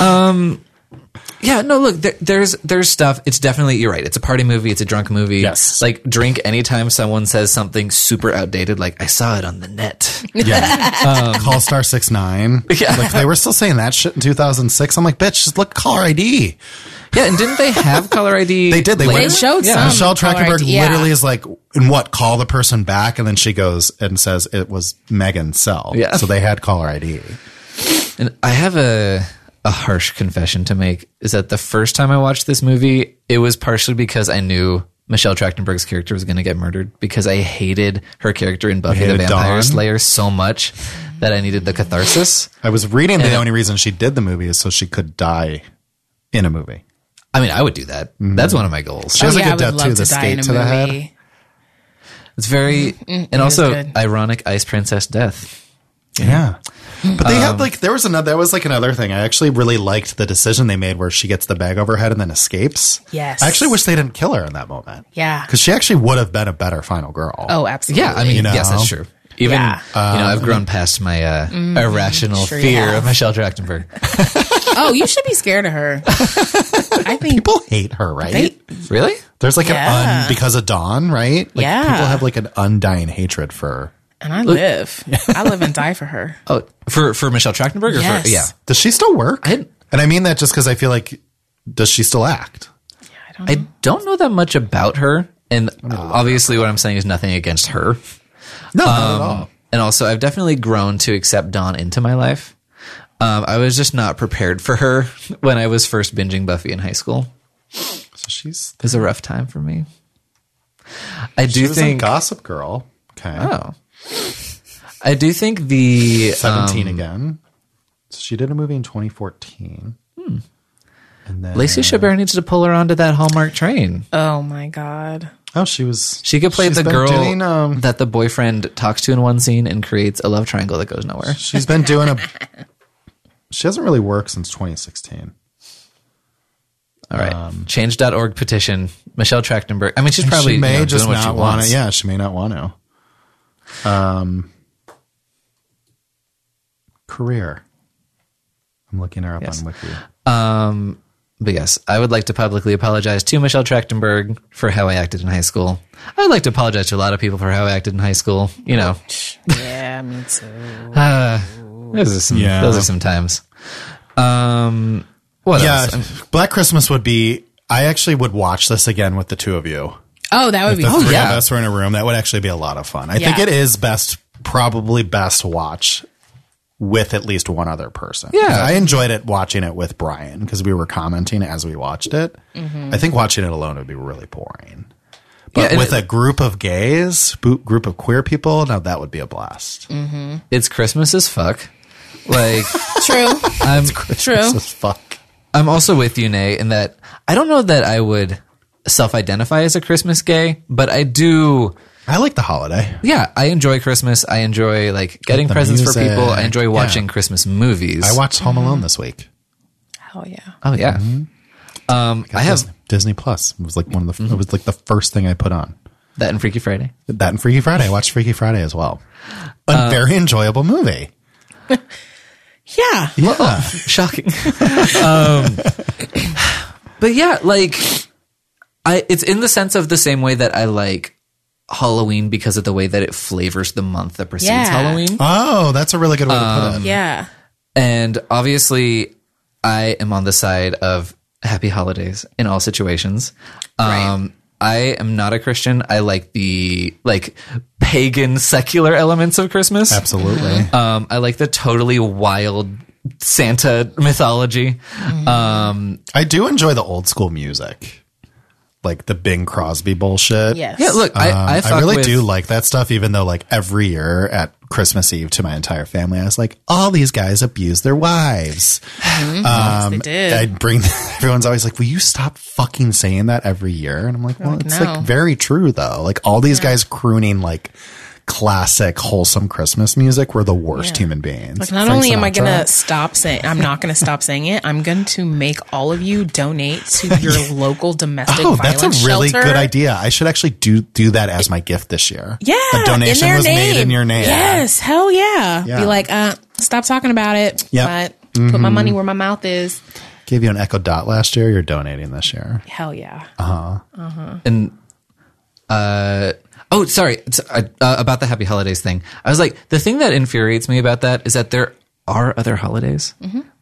Speaker 1: Yeah, no, look, there, there's there's stuff. It's definitely you're right. It's a party movie. It's a drunk movie.
Speaker 4: Yes.
Speaker 1: like drink anytime someone says something super outdated. Like I saw it on the net.
Speaker 2: Um,
Speaker 4: yeah. call star six nine. Yeah. Like they were still saying that shit in 2006. I'm like, bitch, just look caller ID.
Speaker 1: yeah, and didn't they have caller ID?
Speaker 4: They did. They
Speaker 1: Like,
Speaker 2: They
Speaker 4: went.
Speaker 2: showed
Speaker 1: Yeah.
Speaker 2: some.
Speaker 4: Michelle
Speaker 2: color-
Speaker 4: Trachtenberg
Speaker 2: yeah.
Speaker 4: literally is like, in what? Call the person back, and then she goes and says it was Megan's cell.
Speaker 1: Yeah.
Speaker 4: So they had caller ID.
Speaker 1: And I have a a harsh confession to make is that the first time I watched this movie, it was partially because I knew Michelle Trachtenberg's character was going to get murdered because I hated her character in Buffy the
Speaker 4: hated
Speaker 1: Vampire
Speaker 4: Dawn?
Speaker 1: Slayer so much that I needed the catharsis.
Speaker 4: I was reading that
Speaker 1: Yeah.
Speaker 4: the only reason she did the movie is so she could die in a movie.
Speaker 1: I mean, I would do that.
Speaker 4: Mm-hmm.
Speaker 1: That's one of my goals.
Speaker 4: She has
Speaker 2: Oh,
Speaker 4: a
Speaker 2: yeah,
Speaker 4: good
Speaker 2: I would
Speaker 4: death
Speaker 2: love
Speaker 4: too. The
Speaker 2: to die in
Speaker 4: skate
Speaker 2: a
Speaker 4: to the head.
Speaker 2: movie.
Speaker 1: It's very and
Speaker 2: Mm-hmm. it is
Speaker 1: also
Speaker 2: good.
Speaker 1: ironic ice princess death.
Speaker 4: Yeah. But they
Speaker 2: Um,
Speaker 4: had like there was another that was like another thing. I actually really liked the decision they made where she gets the bag over her head and then escapes.
Speaker 2: Yes.
Speaker 4: I actually wish they didn't kill her in that moment.
Speaker 2: Yeah.
Speaker 4: Cuz she actually would have been a better final girl.
Speaker 2: Oh, absolutely.
Speaker 1: Yeah, I mean,
Speaker 4: You know?
Speaker 1: yes, that's true. Um, Even
Speaker 2: Yeah. Mm-hmm.
Speaker 1: you know, I've grown past my uh, irrational
Speaker 2: sure you
Speaker 1: fear
Speaker 2: have.
Speaker 1: of Michelle Trachtenberg.
Speaker 2: oh, you should be scared of her. I think
Speaker 4: People hate her, right?
Speaker 2: They-
Speaker 1: really?
Speaker 4: There's like an
Speaker 2: Yeah.
Speaker 4: un because of Dawn, right? Like
Speaker 2: Yeah.
Speaker 4: people have like an undying hatred for
Speaker 2: and I live. I live and die for her.
Speaker 1: Oh, for for Michelle Trachtenberg? Or
Speaker 2: Yes.
Speaker 1: For, yeah.
Speaker 4: Does she still work?
Speaker 1: I-
Speaker 4: and I mean that just cuz I feel like does she still act?
Speaker 2: I don't know.
Speaker 1: I don't know that much about her, and obviously, what I'm saying is nothing against her.
Speaker 4: No, not at all.
Speaker 1: And also, I've definitely grown to accept Dawn into my life. Um, I was just not prepared for her when I was first binging Buffy in high school.
Speaker 4: So she's
Speaker 1: It was a rough time for me. I
Speaker 4: she
Speaker 1: do
Speaker 4: was in
Speaker 1: think.
Speaker 4: Gossip Girl. Okay.
Speaker 1: Oh. I do think the uh,
Speaker 4: 17
Speaker 1: Um,
Speaker 4: again. So she did a movie in 2014. And then
Speaker 1: Hmm. Lacey Chabert needs to pull her onto that Hallmark train.
Speaker 2: oh my god.
Speaker 4: Oh, she was
Speaker 1: She could play
Speaker 4: she's
Speaker 1: the
Speaker 4: been
Speaker 1: girl
Speaker 4: Doing, um,
Speaker 1: that the boyfriend talks to in one scene and creates a love triangle that goes nowhere.
Speaker 4: she's been doing a. She hasn't really worked since 2016.
Speaker 1: All right. Change.org petition. Michelle Trachtenberg. I mean, she's probably
Speaker 4: Um, she may
Speaker 1: you know,
Speaker 4: just
Speaker 1: doing what she
Speaker 4: not want
Speaker 1: wants.
Speaker 4: to. Yeah, she may not Um, want to. Um, career. I'm looking her up
Speaker 1: Yes.
Speaker 4: on Wiki.
Speaker 1: Um, but yes, I would like to publicly apologize to Michelle Trachtenberg for how I acted in high school. I would like to apologize to a lot of people for how I acted in high school. You know,
Speaker 2: Yeah, me too.
Speaker 1: uh, those are some,
Speaker 4: Yeah.
Speaker 1: those are some times. Um, what
Speaker 4: Yeah,
Speaker 1: else?
Speaker 4: Black Christmas would be. I actually would watch this again with the two of you.
Speaker 2: Oh, that would be.
Speaker 4: the three
Speaker 1: yeah.
Speaker 4: of us were in a room, that would actually be a lot of fun. I
Speaker 2: Yeah.
Speaker 4: think it is best, probably best to watch with at least one other person.
Speaker 1: Yeah.
Speaker 4: I enjoyed it watching it with Brian because we were commenting as we watched it. I think watching it alone would be really boring.
Speaker 1: Mm-hmm. Yeah,
Speaker 4: But
Speaker 1: and
Speaker 4: with
Speaker 1: it-
Speaker 4: a group of gays, bo- group of queer people, now that would be a blast.
Speaker 1: Mm. It's Christmas as fuck. Like,
Speaker 2: True.
Speaker 1: I'm,
Speaker 2: True.
Speaker 4: This is fuck.
Speaker 1: I'm also with you, Nay, in that I don't know that I would self identify as a Christmas gay, but I do.
Speaker 4: I like the holiday.
Speaker 1: Yeah, I enjoy Christmas. I enjoy like getting presents for
Speaker 4: music.
Speaker 1: people. I enjoy
Speaker 4: Yeah.
Speaker 1: watching Christmas movies.
Speaker 4: I watched Home Alone this week.
Speaker 2: Hell yeah.
Speaker 1: oh yeah.
Speaker 4: Mm-hmm.
Speaker 1: Um, I have Mm-hmm.
Speaker 4: Disney, Disney Plus. It was like one of the. It was like the first thing I put on.
Speaker 1: that in Freaky Friday.
Speaker 4: That and Freaky Friday. I watched Freaky Friday as well. A
Speaker 1: Uh,
Speaker 4: very enjoyable movie.
Speaker 2: Yeah.
Speaker 4: Yeah.
Speaker 1: Shocking. um, but yeah, like I, it's in the sense of the same way that I like Halloween because of the way that it flavors the month that precedes
Speaker 2: Yeah.
Speaker 1: Halloween.
Speaker 4: Oh, that's a really good way to
Speaker 1: Um,
Speaker 4: put it.
Speaker 2: Yeah.
Speaker 1: And obviously, I am on the side of happy holidays in all situations. Um, I am not a Christian. I like the like pagan secular elements of Christmas.
Speaker 4: Absolutely.
Speaker 1: Um, I like the totally wild Santa mythology. Um,
Speaker 4: I do enjoy the old school music, like the Bing Crosby bullshit.
Speaker 2: Yes.
Speaker 1: yeah, look,
Speaker 4: Um,
Speaker 1: I, I,
Speaker 4: I,
Speaker 1: fuck
Speaker 4: really
Speaker 1: with-
Speaker 4: do like that stuff, even though, like, every year at Christmas Eve to my entire family, I was like, all these guys abuse their wives.
Speaker 1: Mm-hmm.
Speaker 4: Um,
Speaker 2: Yes, they did.
Speaker 4: I'd bring, everyone's always like, will you stop fucking saying that every year? And I'm like, well, it's
Speaker 2: no.
Speaker 4: like very true, though. Like, all these guys crooning, like, classic, wholesome Christmas music were the worst human beings.
Speaker 2: Like, not
Speaker 4: Frank
Speaker 2: only am I
Speaker 4: Sinatra.
Speaker 2: gonna stop saying, I'm not gonna stop saying it. I'm going to make all of you donate to your local domestic.
Speaker 4: Oh,
Speaker 2: violence
Speaker 4: that's a really
Speaker 2: shelter.
Speaker 4: good idea. I should actually do do that as my gift this year.
Speaker 2: Yeah,
Speaker 4: a donation
Speaker 2: in their
Speaker 4: was made in your name.
Speaker 2: Yes, hell yeah.
Speaker 4: Yeah. Mm-hmm.
Speaker 2: Be like, uh, stop talking about it.
Speaker 4: Yep.
Speaker 2: But put my money where my mouth is.
Speaker 4: Gave you an Echo Dot last year. You're donating this year.
Speaker 2: Hell yeah.
Speaker 4: Uh,
Speaker 1: and uh oh sorry It's, uh, uh, about the happy holidays thing i was like the thing that infuriates me about that is that there are other holidays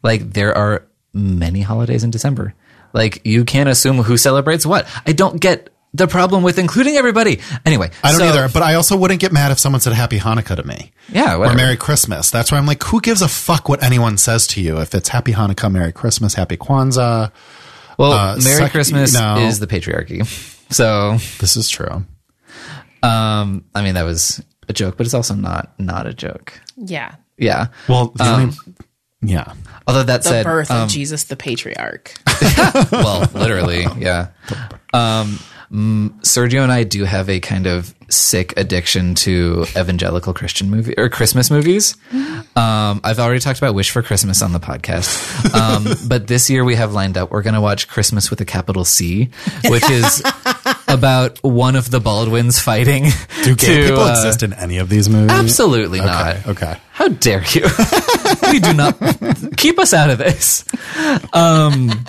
Speaker 1: like there are many holidays in december like you can't assume who celebrates what i don't get the problem with including everybody anyway
Speaker 4: I don't
Speaker 1: so-
Speaker 4: either, but I also wouldn't get mad if someone said Happy Hanukkah to me.
Speaker 1: yeah
Speaker 4: Or
Speaker 1: whatever.
Speaker 4: Merry Christmas. That's why I'm like, who gives a fuck what anyone says to you? If it's Happy Hanukkah, Merry Christmas, Happy Kwanzaa.
Speaker 1: well
Speaker 4: uh,
Speaker 1: merry
Speaker 4: sec-
Speaker 1: christmas
Speaker 4: no.
Speaker 1: is the patriarchy so
Speaker 4: This is true.
Speaker 1: um i mean that was a joke but it's also not not a joke
Speaker 2: Yeah.
Speaker 1: yeah
Speaker 4: Well, the only- Um, yeah.
Speaker 1: although that
Speaker 2: The
Speaker 1: said
Speaker 4: um,
Speaker 2: birth of Jesus the patriarch.
Speaker 1: well, literally, yeah. Um, Sergio and I do have a kind of sick addiction to evangelical Christian movie or Christmas movies. Um, I've already talked about Wish for Christmas on the podcast, um, but this year we have lined up. We're going to watch Christmas with a capital C, which is about one of the Baldwins fighting.
Speaker 4: Do gay
Speaker 1: to,
Speaker 4: people
Speaker 1: uh,
Speaker 4: exist in any of these movies?
Speaker 1: Absolutely not.
Speaker 4: Okay. okay.
Speaker 1: How dare you? we do not keep us out of this. Um,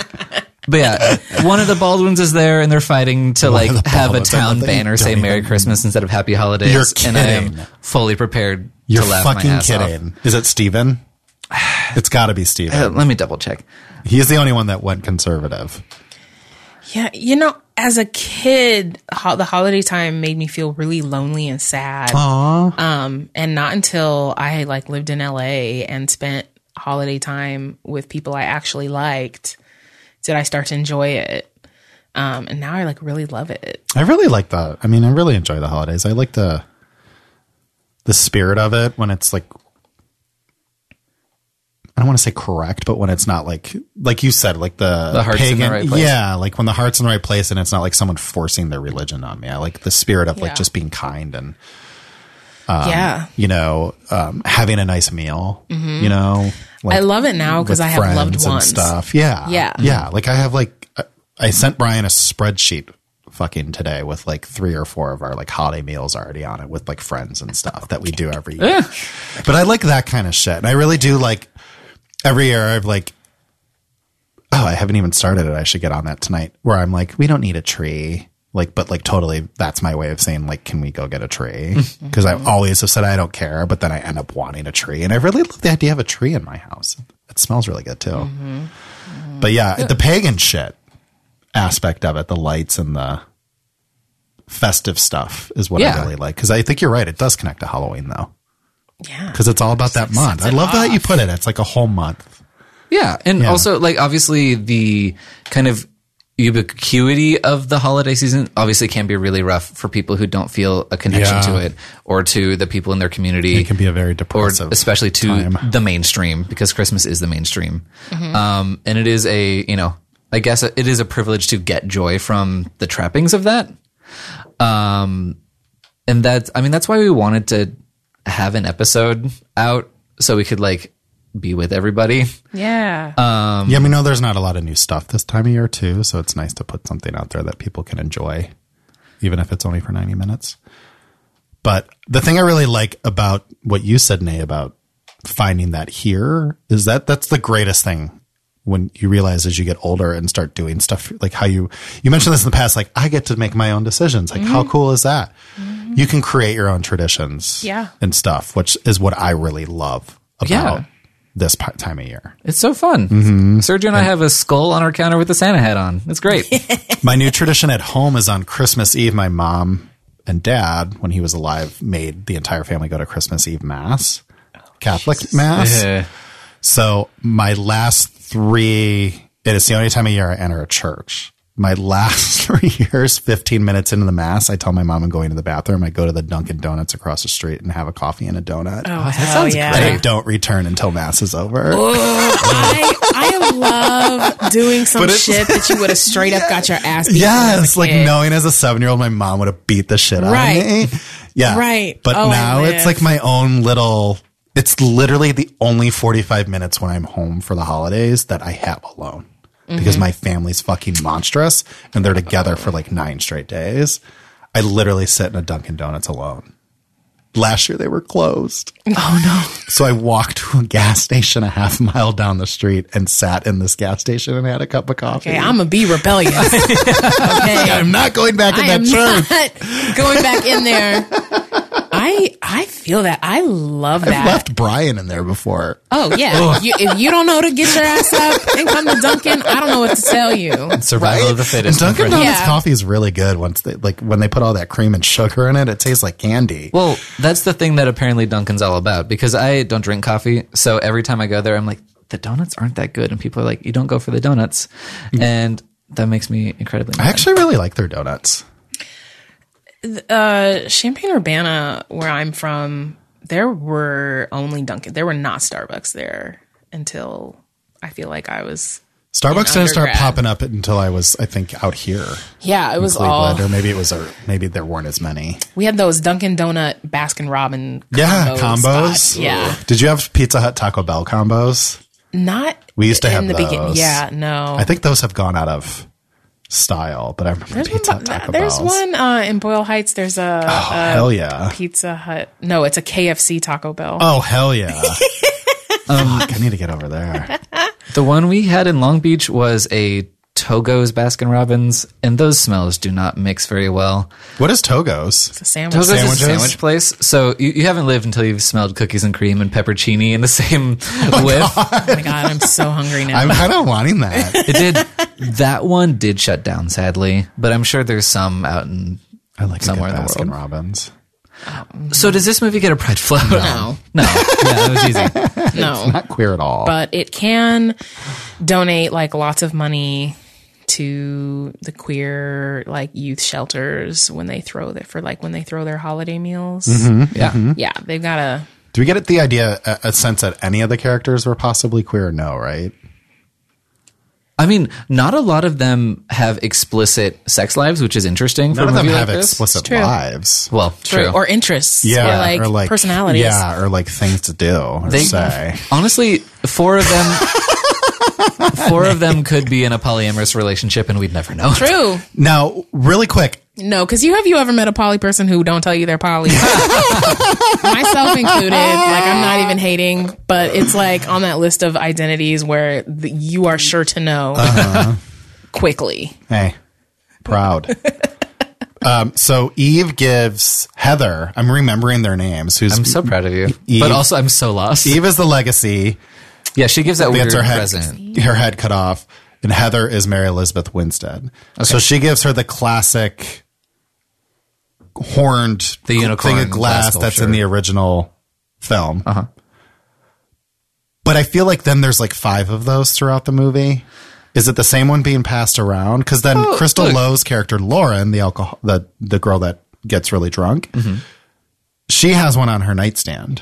Speaker 1: but yeah, one of the Baldwins is there, and they're fighting to
Speaker 4: of
Speaker 1: like
Speaker 4: the
Speaker 1: have a
Speaker 4: Baldwins. I love
Speaker 1: town
Speaker 4: that you
Speaker 1: banner
Speaker 4: don't
Speaker 1: say
Speaker 4: even-
Speaker 1: "Merry Christmas" instead of "Happy Holidays."
Speaker 4: You're
Speaker 1: And I am
Speaker 4: kidding.
Speaker 1: fully prepared
Speaker 4: You're
Speaker 1: to laugh my
Speaker 4: fucking
Speaker 1: ass off.
Speaker 4: kidding. Is it Steven? It's got to be Steven.
Speaker 1: Uh, let me double check.
Speaker 4: He's the only one that went conservative.
Speaker 2: Yeah, you know, as a kid, ho- the holiday time made me feel really lonely and sad. Um, and not until I like lived in LA and spent holiday time with people I actually liked did I start to enjoy it. Um, and now I like really love it.
Speaker 4: I really like that. I mean, I really enjoy the holidays. I like the the spirit of it when it's like I don't want to say correct, but when it's not like like you said, like the,
Speaker 1: The heart's in the right place.
Speaker 4: Yeah, like when the heart's in the right place and it's not like someone forcing their religion on me. I like the spirit of
Speaker 2: Yeah.
Speaker 4: like just being kind and Um,
Speaker 2: yeah.
Speaker 4: you know, um, having a nice meal, you know. Like
Speaker 2: Mm-hmm. I love it now because
Speaker 4: with
Speaker 2: I have loved
Speaker 4: friends and
Speaker 2: ones.
Speaker 4: stuff. Yeah.
Speaker 2: Yeah.
Speaker 4: Yeah. Like I have like I- I sent Brian a spreadsheet fucking today with like three or four of our like holiday meals already on it with like friends and stuff that we do every year. But I like that kind of shit. And I really do like every year I've like oh, I haven't even started it. I should get on that tonight. Where I'm like, we don't need a tree. Like, but like totally, that's my way of saying like, can we go get a tree? Because I always have said I don't care, but then I end up wanting a tree, and I really love the idea of a tree in my house. It smells really good too. But yeah, the pagan shit aspect of it, the lights and the festive stuff is what
Speaker 1: Yeah.
Speaker 4: I really like. Because I think you're right; it does connect to Halloween though,
Speaker 2: Yeah.
Speaker 4: because it's all about that month. I love that you put it. It's like a whole month.
Speaker 1: Yeah, and
Speaker 4: Yeah.
Speaker 1: also like obviously the kind of ubiquity of the holiday season obviously can be really rough for people who don't feel a connection
Speaker 4: Yeah.
Speaker 1: to it or to the people in their community.
Speaker 4: It can be a very
Speaker 1: or
Speaker 4: depressive,
Speaker 1: especially to
Speaker 4: time.
Speaker 1: the mainstream because Christmas is the mainstream. Um, and it is a, you know, I guess it is a privilege to get joy from the trappings of that. Um, and that's, I mean, that's why we wanted to have an episode out so we could like be with everybody.
Speaker 2: Yeah.
Speaker 4: yeah, I mean, no, there's not a lot of new stuff this time of year too, so it's nice to put something out there that people can enjoy, even if it's only for 90 minutes. But the thing I really like about what you said, Nay, about finding that here is that that's the greatest thing when you realize as you get older and start doing stuff like how you you mentioned this in the past like i get to make my own decisions like how cool is that you can create your own traditions
Speaker 2: Yeah.
Speaker 4: and stuff which is what i really love about
Speaker 1: Yeah.
Speaker 4: this part, time of year
Speaker 1: It's so fun. Sergio and I have a skull on our counter with a Santa hat on. It's great.
Speaker 4: my new tradition at home is on Christmas Eve. My mom and dad, when he was alive, made the entire family go to Christmas Eve mass, Catholic mass.
Speaker 1: Yeah.
Speaker 4: So my last three, it is the only time of year I enter a church. My last three years, 15 minutes into the mass, I tell my mom I'm going to the bathroom. I go to the Dunkin' Donuts across the street and have a coffee and a donut.
Speaker 2: oh, that
Speaker 1: sounds
Speaker 2: yeah.
Speaker 4: And I don't return until mass is over.
Speaker 2: I, I love doing some
Speaker 4: But it's-
Speaker 2: shit that you would have straight up got your ass beat. when you
Speaker 4: Yes,
Speaker 2: were a
Speaker 4: like
Speaker 2: kid.
Speaker 4: knowing as a seven year old, my mom would have beat the shit out
Speaker 2: Right.
Speaker 4: of me. Yeah,
Speaker 2: Right.
Speaker 4: But
Speaker 2: Oh, I
Speaker 4: now
Speaker 2: live.
Speaker 4: it's like my own little. It's literally the only forty five minutes when I'm home for the holidays that I have alone
Speaker 2: Mm-hmm.
Speaker 4: because my family's fucking monstrous and they're together for like nine straight days. I literally sit in a Dunkin' Donuts alone. Last year they were closed.
Speaker 2: Oh,
Speaker 4: So I walked to a gas station a half mile down the street and sat in this gas station and had a cup of coffee.
Speaker 2: Okay, I'm gonna be rebellious. okay,
Speaker 4: I'm not going back in
Speaker 2: I
Speaker 4: that
Speaker 2: am
Speaker 4: church.
Speaker 2: not going back in there. I I feel that I love that.
Speaker 4: left Brian in there before.
Speaker 2: Oh yeah, you, if you don't know to get your ass up and come to Duncan, I don't know what to tell you.
Speaker 1: Survival of the
Speaker 4: And
Speaker 1: fittest. my
Speaker 4: Dunkin'
Speaker 1: friend.
Speaker 4: Donuts
Speaker 2: Yeah.
Speaker 4: coffee is really good once they like when they put all that cream and sugar in it. It tastes like candy.
Speaker 1: Well, that's the thing that apparently Duncan's all about because I don't drink coffee. So every time I go there, I'm like, the donuts aren't that good. And people are like, you don't go for the donuts. And that makes me incredibly
Speaker 4: I
Speaker 1: mad.
Speaker 4: actually really like their donuts.
Speaker 2: Uh, Champaign Urbana, where I'm from, there were only Duncan. There were not Starbucks there until I feel like I was
Speaker 4: Starbucks didn't start
Speaker 2: undergrad.
Speaker 4: popping up until I was, I think, out here
Speaker 2: Yeah, it
Speaker 4: in
Speaker 2: was
Speaker 4: Cleveland,
Speaker 2: all.
Speaker 4: or maybe it was, a, maybe there weren't as many.
Speaker 2: We had those Dunkin' Donut, Baskin Robin.
Speaker 4: Yeah, combos.
Speaker 2: spots. Yeah,
Speaker 4: Did you have Pizza Hut, Taco Bell combos?
Speaker 2: not.
Speaker 4: We used to
Speaker 2: in
Speaker 4: have
Speaker 2: the beginning.
Speaker 4: those.
Speaker 2: Yeah, no.
Speaker 4: I think those have gone out of style, but I remember
Speaker 2: there's
Speaker 4: Pizza
Speaker 2: one,
Speaker 4: Hut, Taco
Speaker 2: there's
Speaker 4: Bells.
Speaker 2: one uh, in Boyle Heights. There's a,
Speaker 4: Oh,
Speaker 2: a
Speaker 4: hell yeah.
Speaker 2: Pizza Hut. No, it's a KFC Taco Bell.
Speaker 4: Oh, hell yeah. Fuck, I need to get over there.
Speaker 1: The one we had in Long Beach was a Togo's Baskin Robbins, and those smells do not mix very well.
Speaker 4: What is Togo's?
Speaker 2: It's a sandwich. Oh
Speaker 1: Togo's is a
Speaker 4: Sandwiches?
Speaker 1: sandwich place, so you, you haven't lived until you've smelled cookies and cream and peppercini in the same whiff.
Speaker 2: Oh my god, I'm so hungry now.
Speaker 4: I'm kind of wanting that.
Speaker 1: It did. That one did shut down, sadly, but I'm sure there's some out in.
Speaker 4: I like
Speaker 1: Somewhere
Speaker 4: somewhere
Speaker 1: in the
Speaker 4: Baskin
Speaker 1: world.
Speaker 4: Robbins.
Speaker 1: So does this movie get a pride float?
Speaker 2: No.
Speaker 1: no, yeah, it was easy.
Speaker 2: no,
Speaker 4: Not queer at all.
Speaker 2: but it can donate like lots of money to the queer like youth shelters when they throw that for like when they throw their holiday meals.
Speaker 4: Mm-hmm.
Speaker 1: Yeah,
Speaker 2: Yeah, they've got a
Speaker 4: Do we get the idea, a, a sense that any of the characters were possibly queer? No, right?
Speaker 1: I mean, not a lot of them have explicit sex lives, which is interesting. for
Speaker 4: None
Speaker 1: a
Speaker 4: of them
Speaker 1: movie
Speaker 4: have
Speaker 1: like this.
Speaker 4: explicit
Speaker 2: true.
Speaker 4: lives.
Speaker 1: Well, true.
Speaker 2: or interests
Speaker 4: yeah,
Speaker 2: or, like, personalities.
Speaker 4: Yeah, or like things to do or
Speaker 1: They-
Speaker 4: say.
Speaker 1: Honestly, four of them. Four of them could be in a polyamorous relationship, and we'd never know.
Speaker 2: True.
Speaker 4: Now, really quick,
Speaker 2: No, because you have you ever met a poly person who don't tell you they're poly? Myself included. Like I'm not even hating, but it's like on that list of identities where th- you are sure to know quickly.
Speaker 4: hey, proud. um, so Eve gives Heather. I'm remembering their names. Who's
Speaker 1: I'm so proud of you,
Speaker 4: Eve-
Speaker 1: but also I'm so lost.
Speaker 4: Eve is the legacy.
Speaker 1: yeah, she gives that weird
Speaker 4: Gets her head
Speaker 1: present.
Speaker 4: her head cut off, and Heather is Mary Elizabeth Winstead. So she gives her the classic horned
Speaker 1: The unicorn
Speaker 4: thing of glass
Speaker 1: glass Uh-huh.
Speaker 4: that's in
Speaker 1: sculpture.
Speaker 4: the original film. But I feel like then there's like five of those throughout the movie. Is it the same one being passed around? Because then Crystal
Speaker 1: Oh, look.
Speaker 4: Lowe's character Lauren, the alcohol, the the girl that gets really drunk,
Speaker 1: Mm-hmm.
Speaker 4: she has one on her nightstand.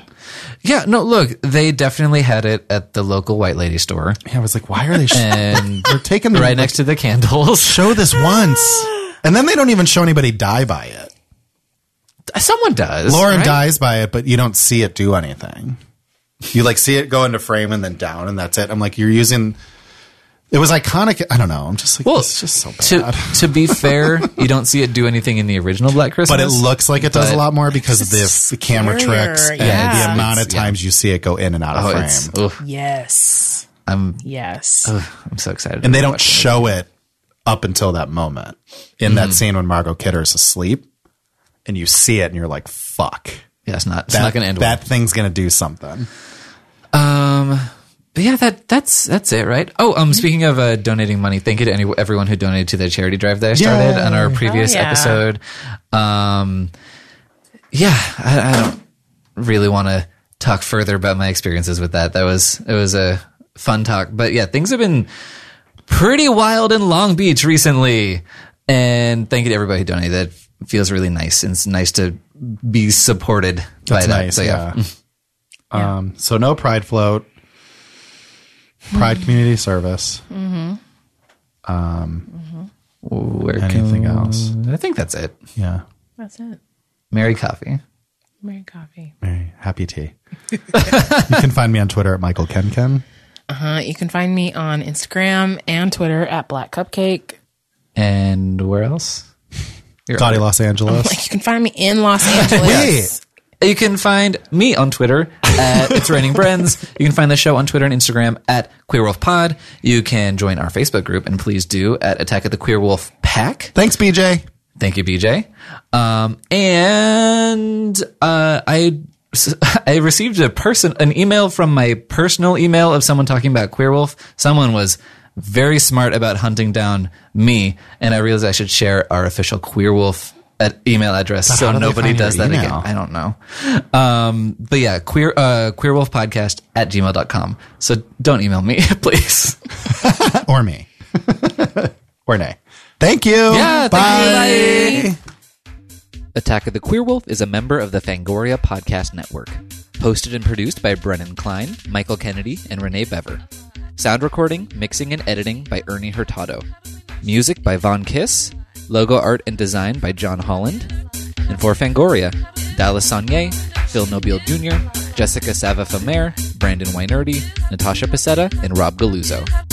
Speaker 1: Yeah, no, look, they definitely had it at the local white lady store,
Speaker 4: Yeah, I was like, why are they? Sh-
Speaker 1: and
Speaker 4: they're taking the
Speaker 1: right next to the candles.
Speaker 4: show this once. And then they don't even show anybody die by it.
Speaker 1: Someone does.
Speaker 4: Lauren
Speaker 1: right?
Speaker 4: dies by it, but you don't see it do anything. You like see it go into frame and then down, and that's it. I'm like, you're using. It was iconic. I don't know. I'm just like,
Speaker 1: Well,
Speaker 4: it's just so bad.
Speaker 1: To to be fair, you don't see it do anything in the original Black Christmas,
Speaker 4: but it looks like it does
Speaker 1: but-
Speaker 4: a lot more because of the, the camera
Speaker 2: scarier,
Speaker 4: tricks and
Speaker 2: yeah.
Speaker 4: the
Speaker 2: It's-
Speaker 4: amount of times you see it go in and out of
Speaker 1: Oh,
Speaker 4: frame.
Speaker 1: it's, ugh,
Speaker 2: Yes.
Speaker 1: I'm uh,
Speaker 2: Yes.
Speaker 1: I'm so excited.
Speaker 4: and they
Speaker 1: about
Speaker 4: don't
Speaker 1: watching
Speaker 4: show it up until that moment in
Speaker 1: Mm-hmm.
Speaker 4: that scene when Margot Kidder's asleep, and you see it, and you're like, fuck.
Speaker 1: it. Yeah, it's not. It's not going to end
Speaker 4: that thing's gonna do something.
Speaker 1: Um, But yeah, that that's that's it, right? Oh,
Speaker 4: Mm-hmm.
Speaker 1: um, speaking of uh, donating money, thank you to any, everyone who donated to the charity drive that I started on our previous
Speaker 2: Oh, yeah.
Speaker 1: episode. Um, yeah, I, I don't really want to talk further about my experiences with that. That was it was a fun talk, but yeah, things have been pretty wild in Long Beach recently. And thank you to everybody who donated. That feels really nice, and it's nice to be supported by
Speaker 4: That's
Speaker 1: that.
Speaker 4: nice.
Speaker 1: so
Speaker 4: yeah.
Speaker 1: yeah, Mm.
Speaker 4: Um, so no pride float. Pride
Speaker 1: Mm.
Speaker 4: community service.
Speaker 1: where
Speaker 4: Anything
Speaker 1: can,
Speaker 4: else?
Speaker 1: I think that's it.
Speaker 4: Yeah.
Speaker 2: That's it.
Speaker 1: Merry coffee.
Speaker 2: Mary coffee.
Speaker 4: Very happy tea. you can find me on Twitter at Michael Kenken.
Speaker 2: Uh, you can find me on Instagram and Twitter at Black Cupcake.
Speaker 1: And where else? You're Oh
Speaker 4: Dottie Los Angeles.
Speaker 2: You can find me in Los Angeles.
Speaker 1: You can find me on Twitter at It's Raining Brands. You can find the show on Twitter and Instagram at Queer Wolf Pod. You can join our Facebook group, and please do, at Attack of the Queer Wolf Pack.
Speaker 4: Thanks, BJ.
Speaker 1: Thank you, BJ. Um, and uh, I I received a person an email from my personal email of someone talking about Queer Wolf. Someone was very smart about hunting down me, and I realized I should share our official Queer Wolf at email address so
Speaker 4: how do they
Speaker 1: nobody
Speaker 4: find
Speaker 1: does
Speaker 4: your
Speaker 1: that again.
Speaker 4: email?
Speaker 1: I don't know. Um, but yeah, queer uh, queerwolfpodcast at gmail.com. So don't email me, please.
Speaker 4: Or me. or nay. Thank you.
Speaker 1: Yeah, thank you.
Speaker 4: Bye.
Speaker 5: Attack of the Queer Wolf is a member of the Fangoria Podcast Network. Hosted and produced by Brennan Klein, Michael Kennedy, and Renee Bever.
Speaker 1: Sound recording, mixing, and editing by Ernie Hurtado. Music by Von Kiss. Logo art and design by John Holland. And for Fangoria, Dallas Saunier, Phil Nobile Jr., Jessica Savafamer, Brandon Weinerdy, Natasha Pacetta, and Rob Galuzzo.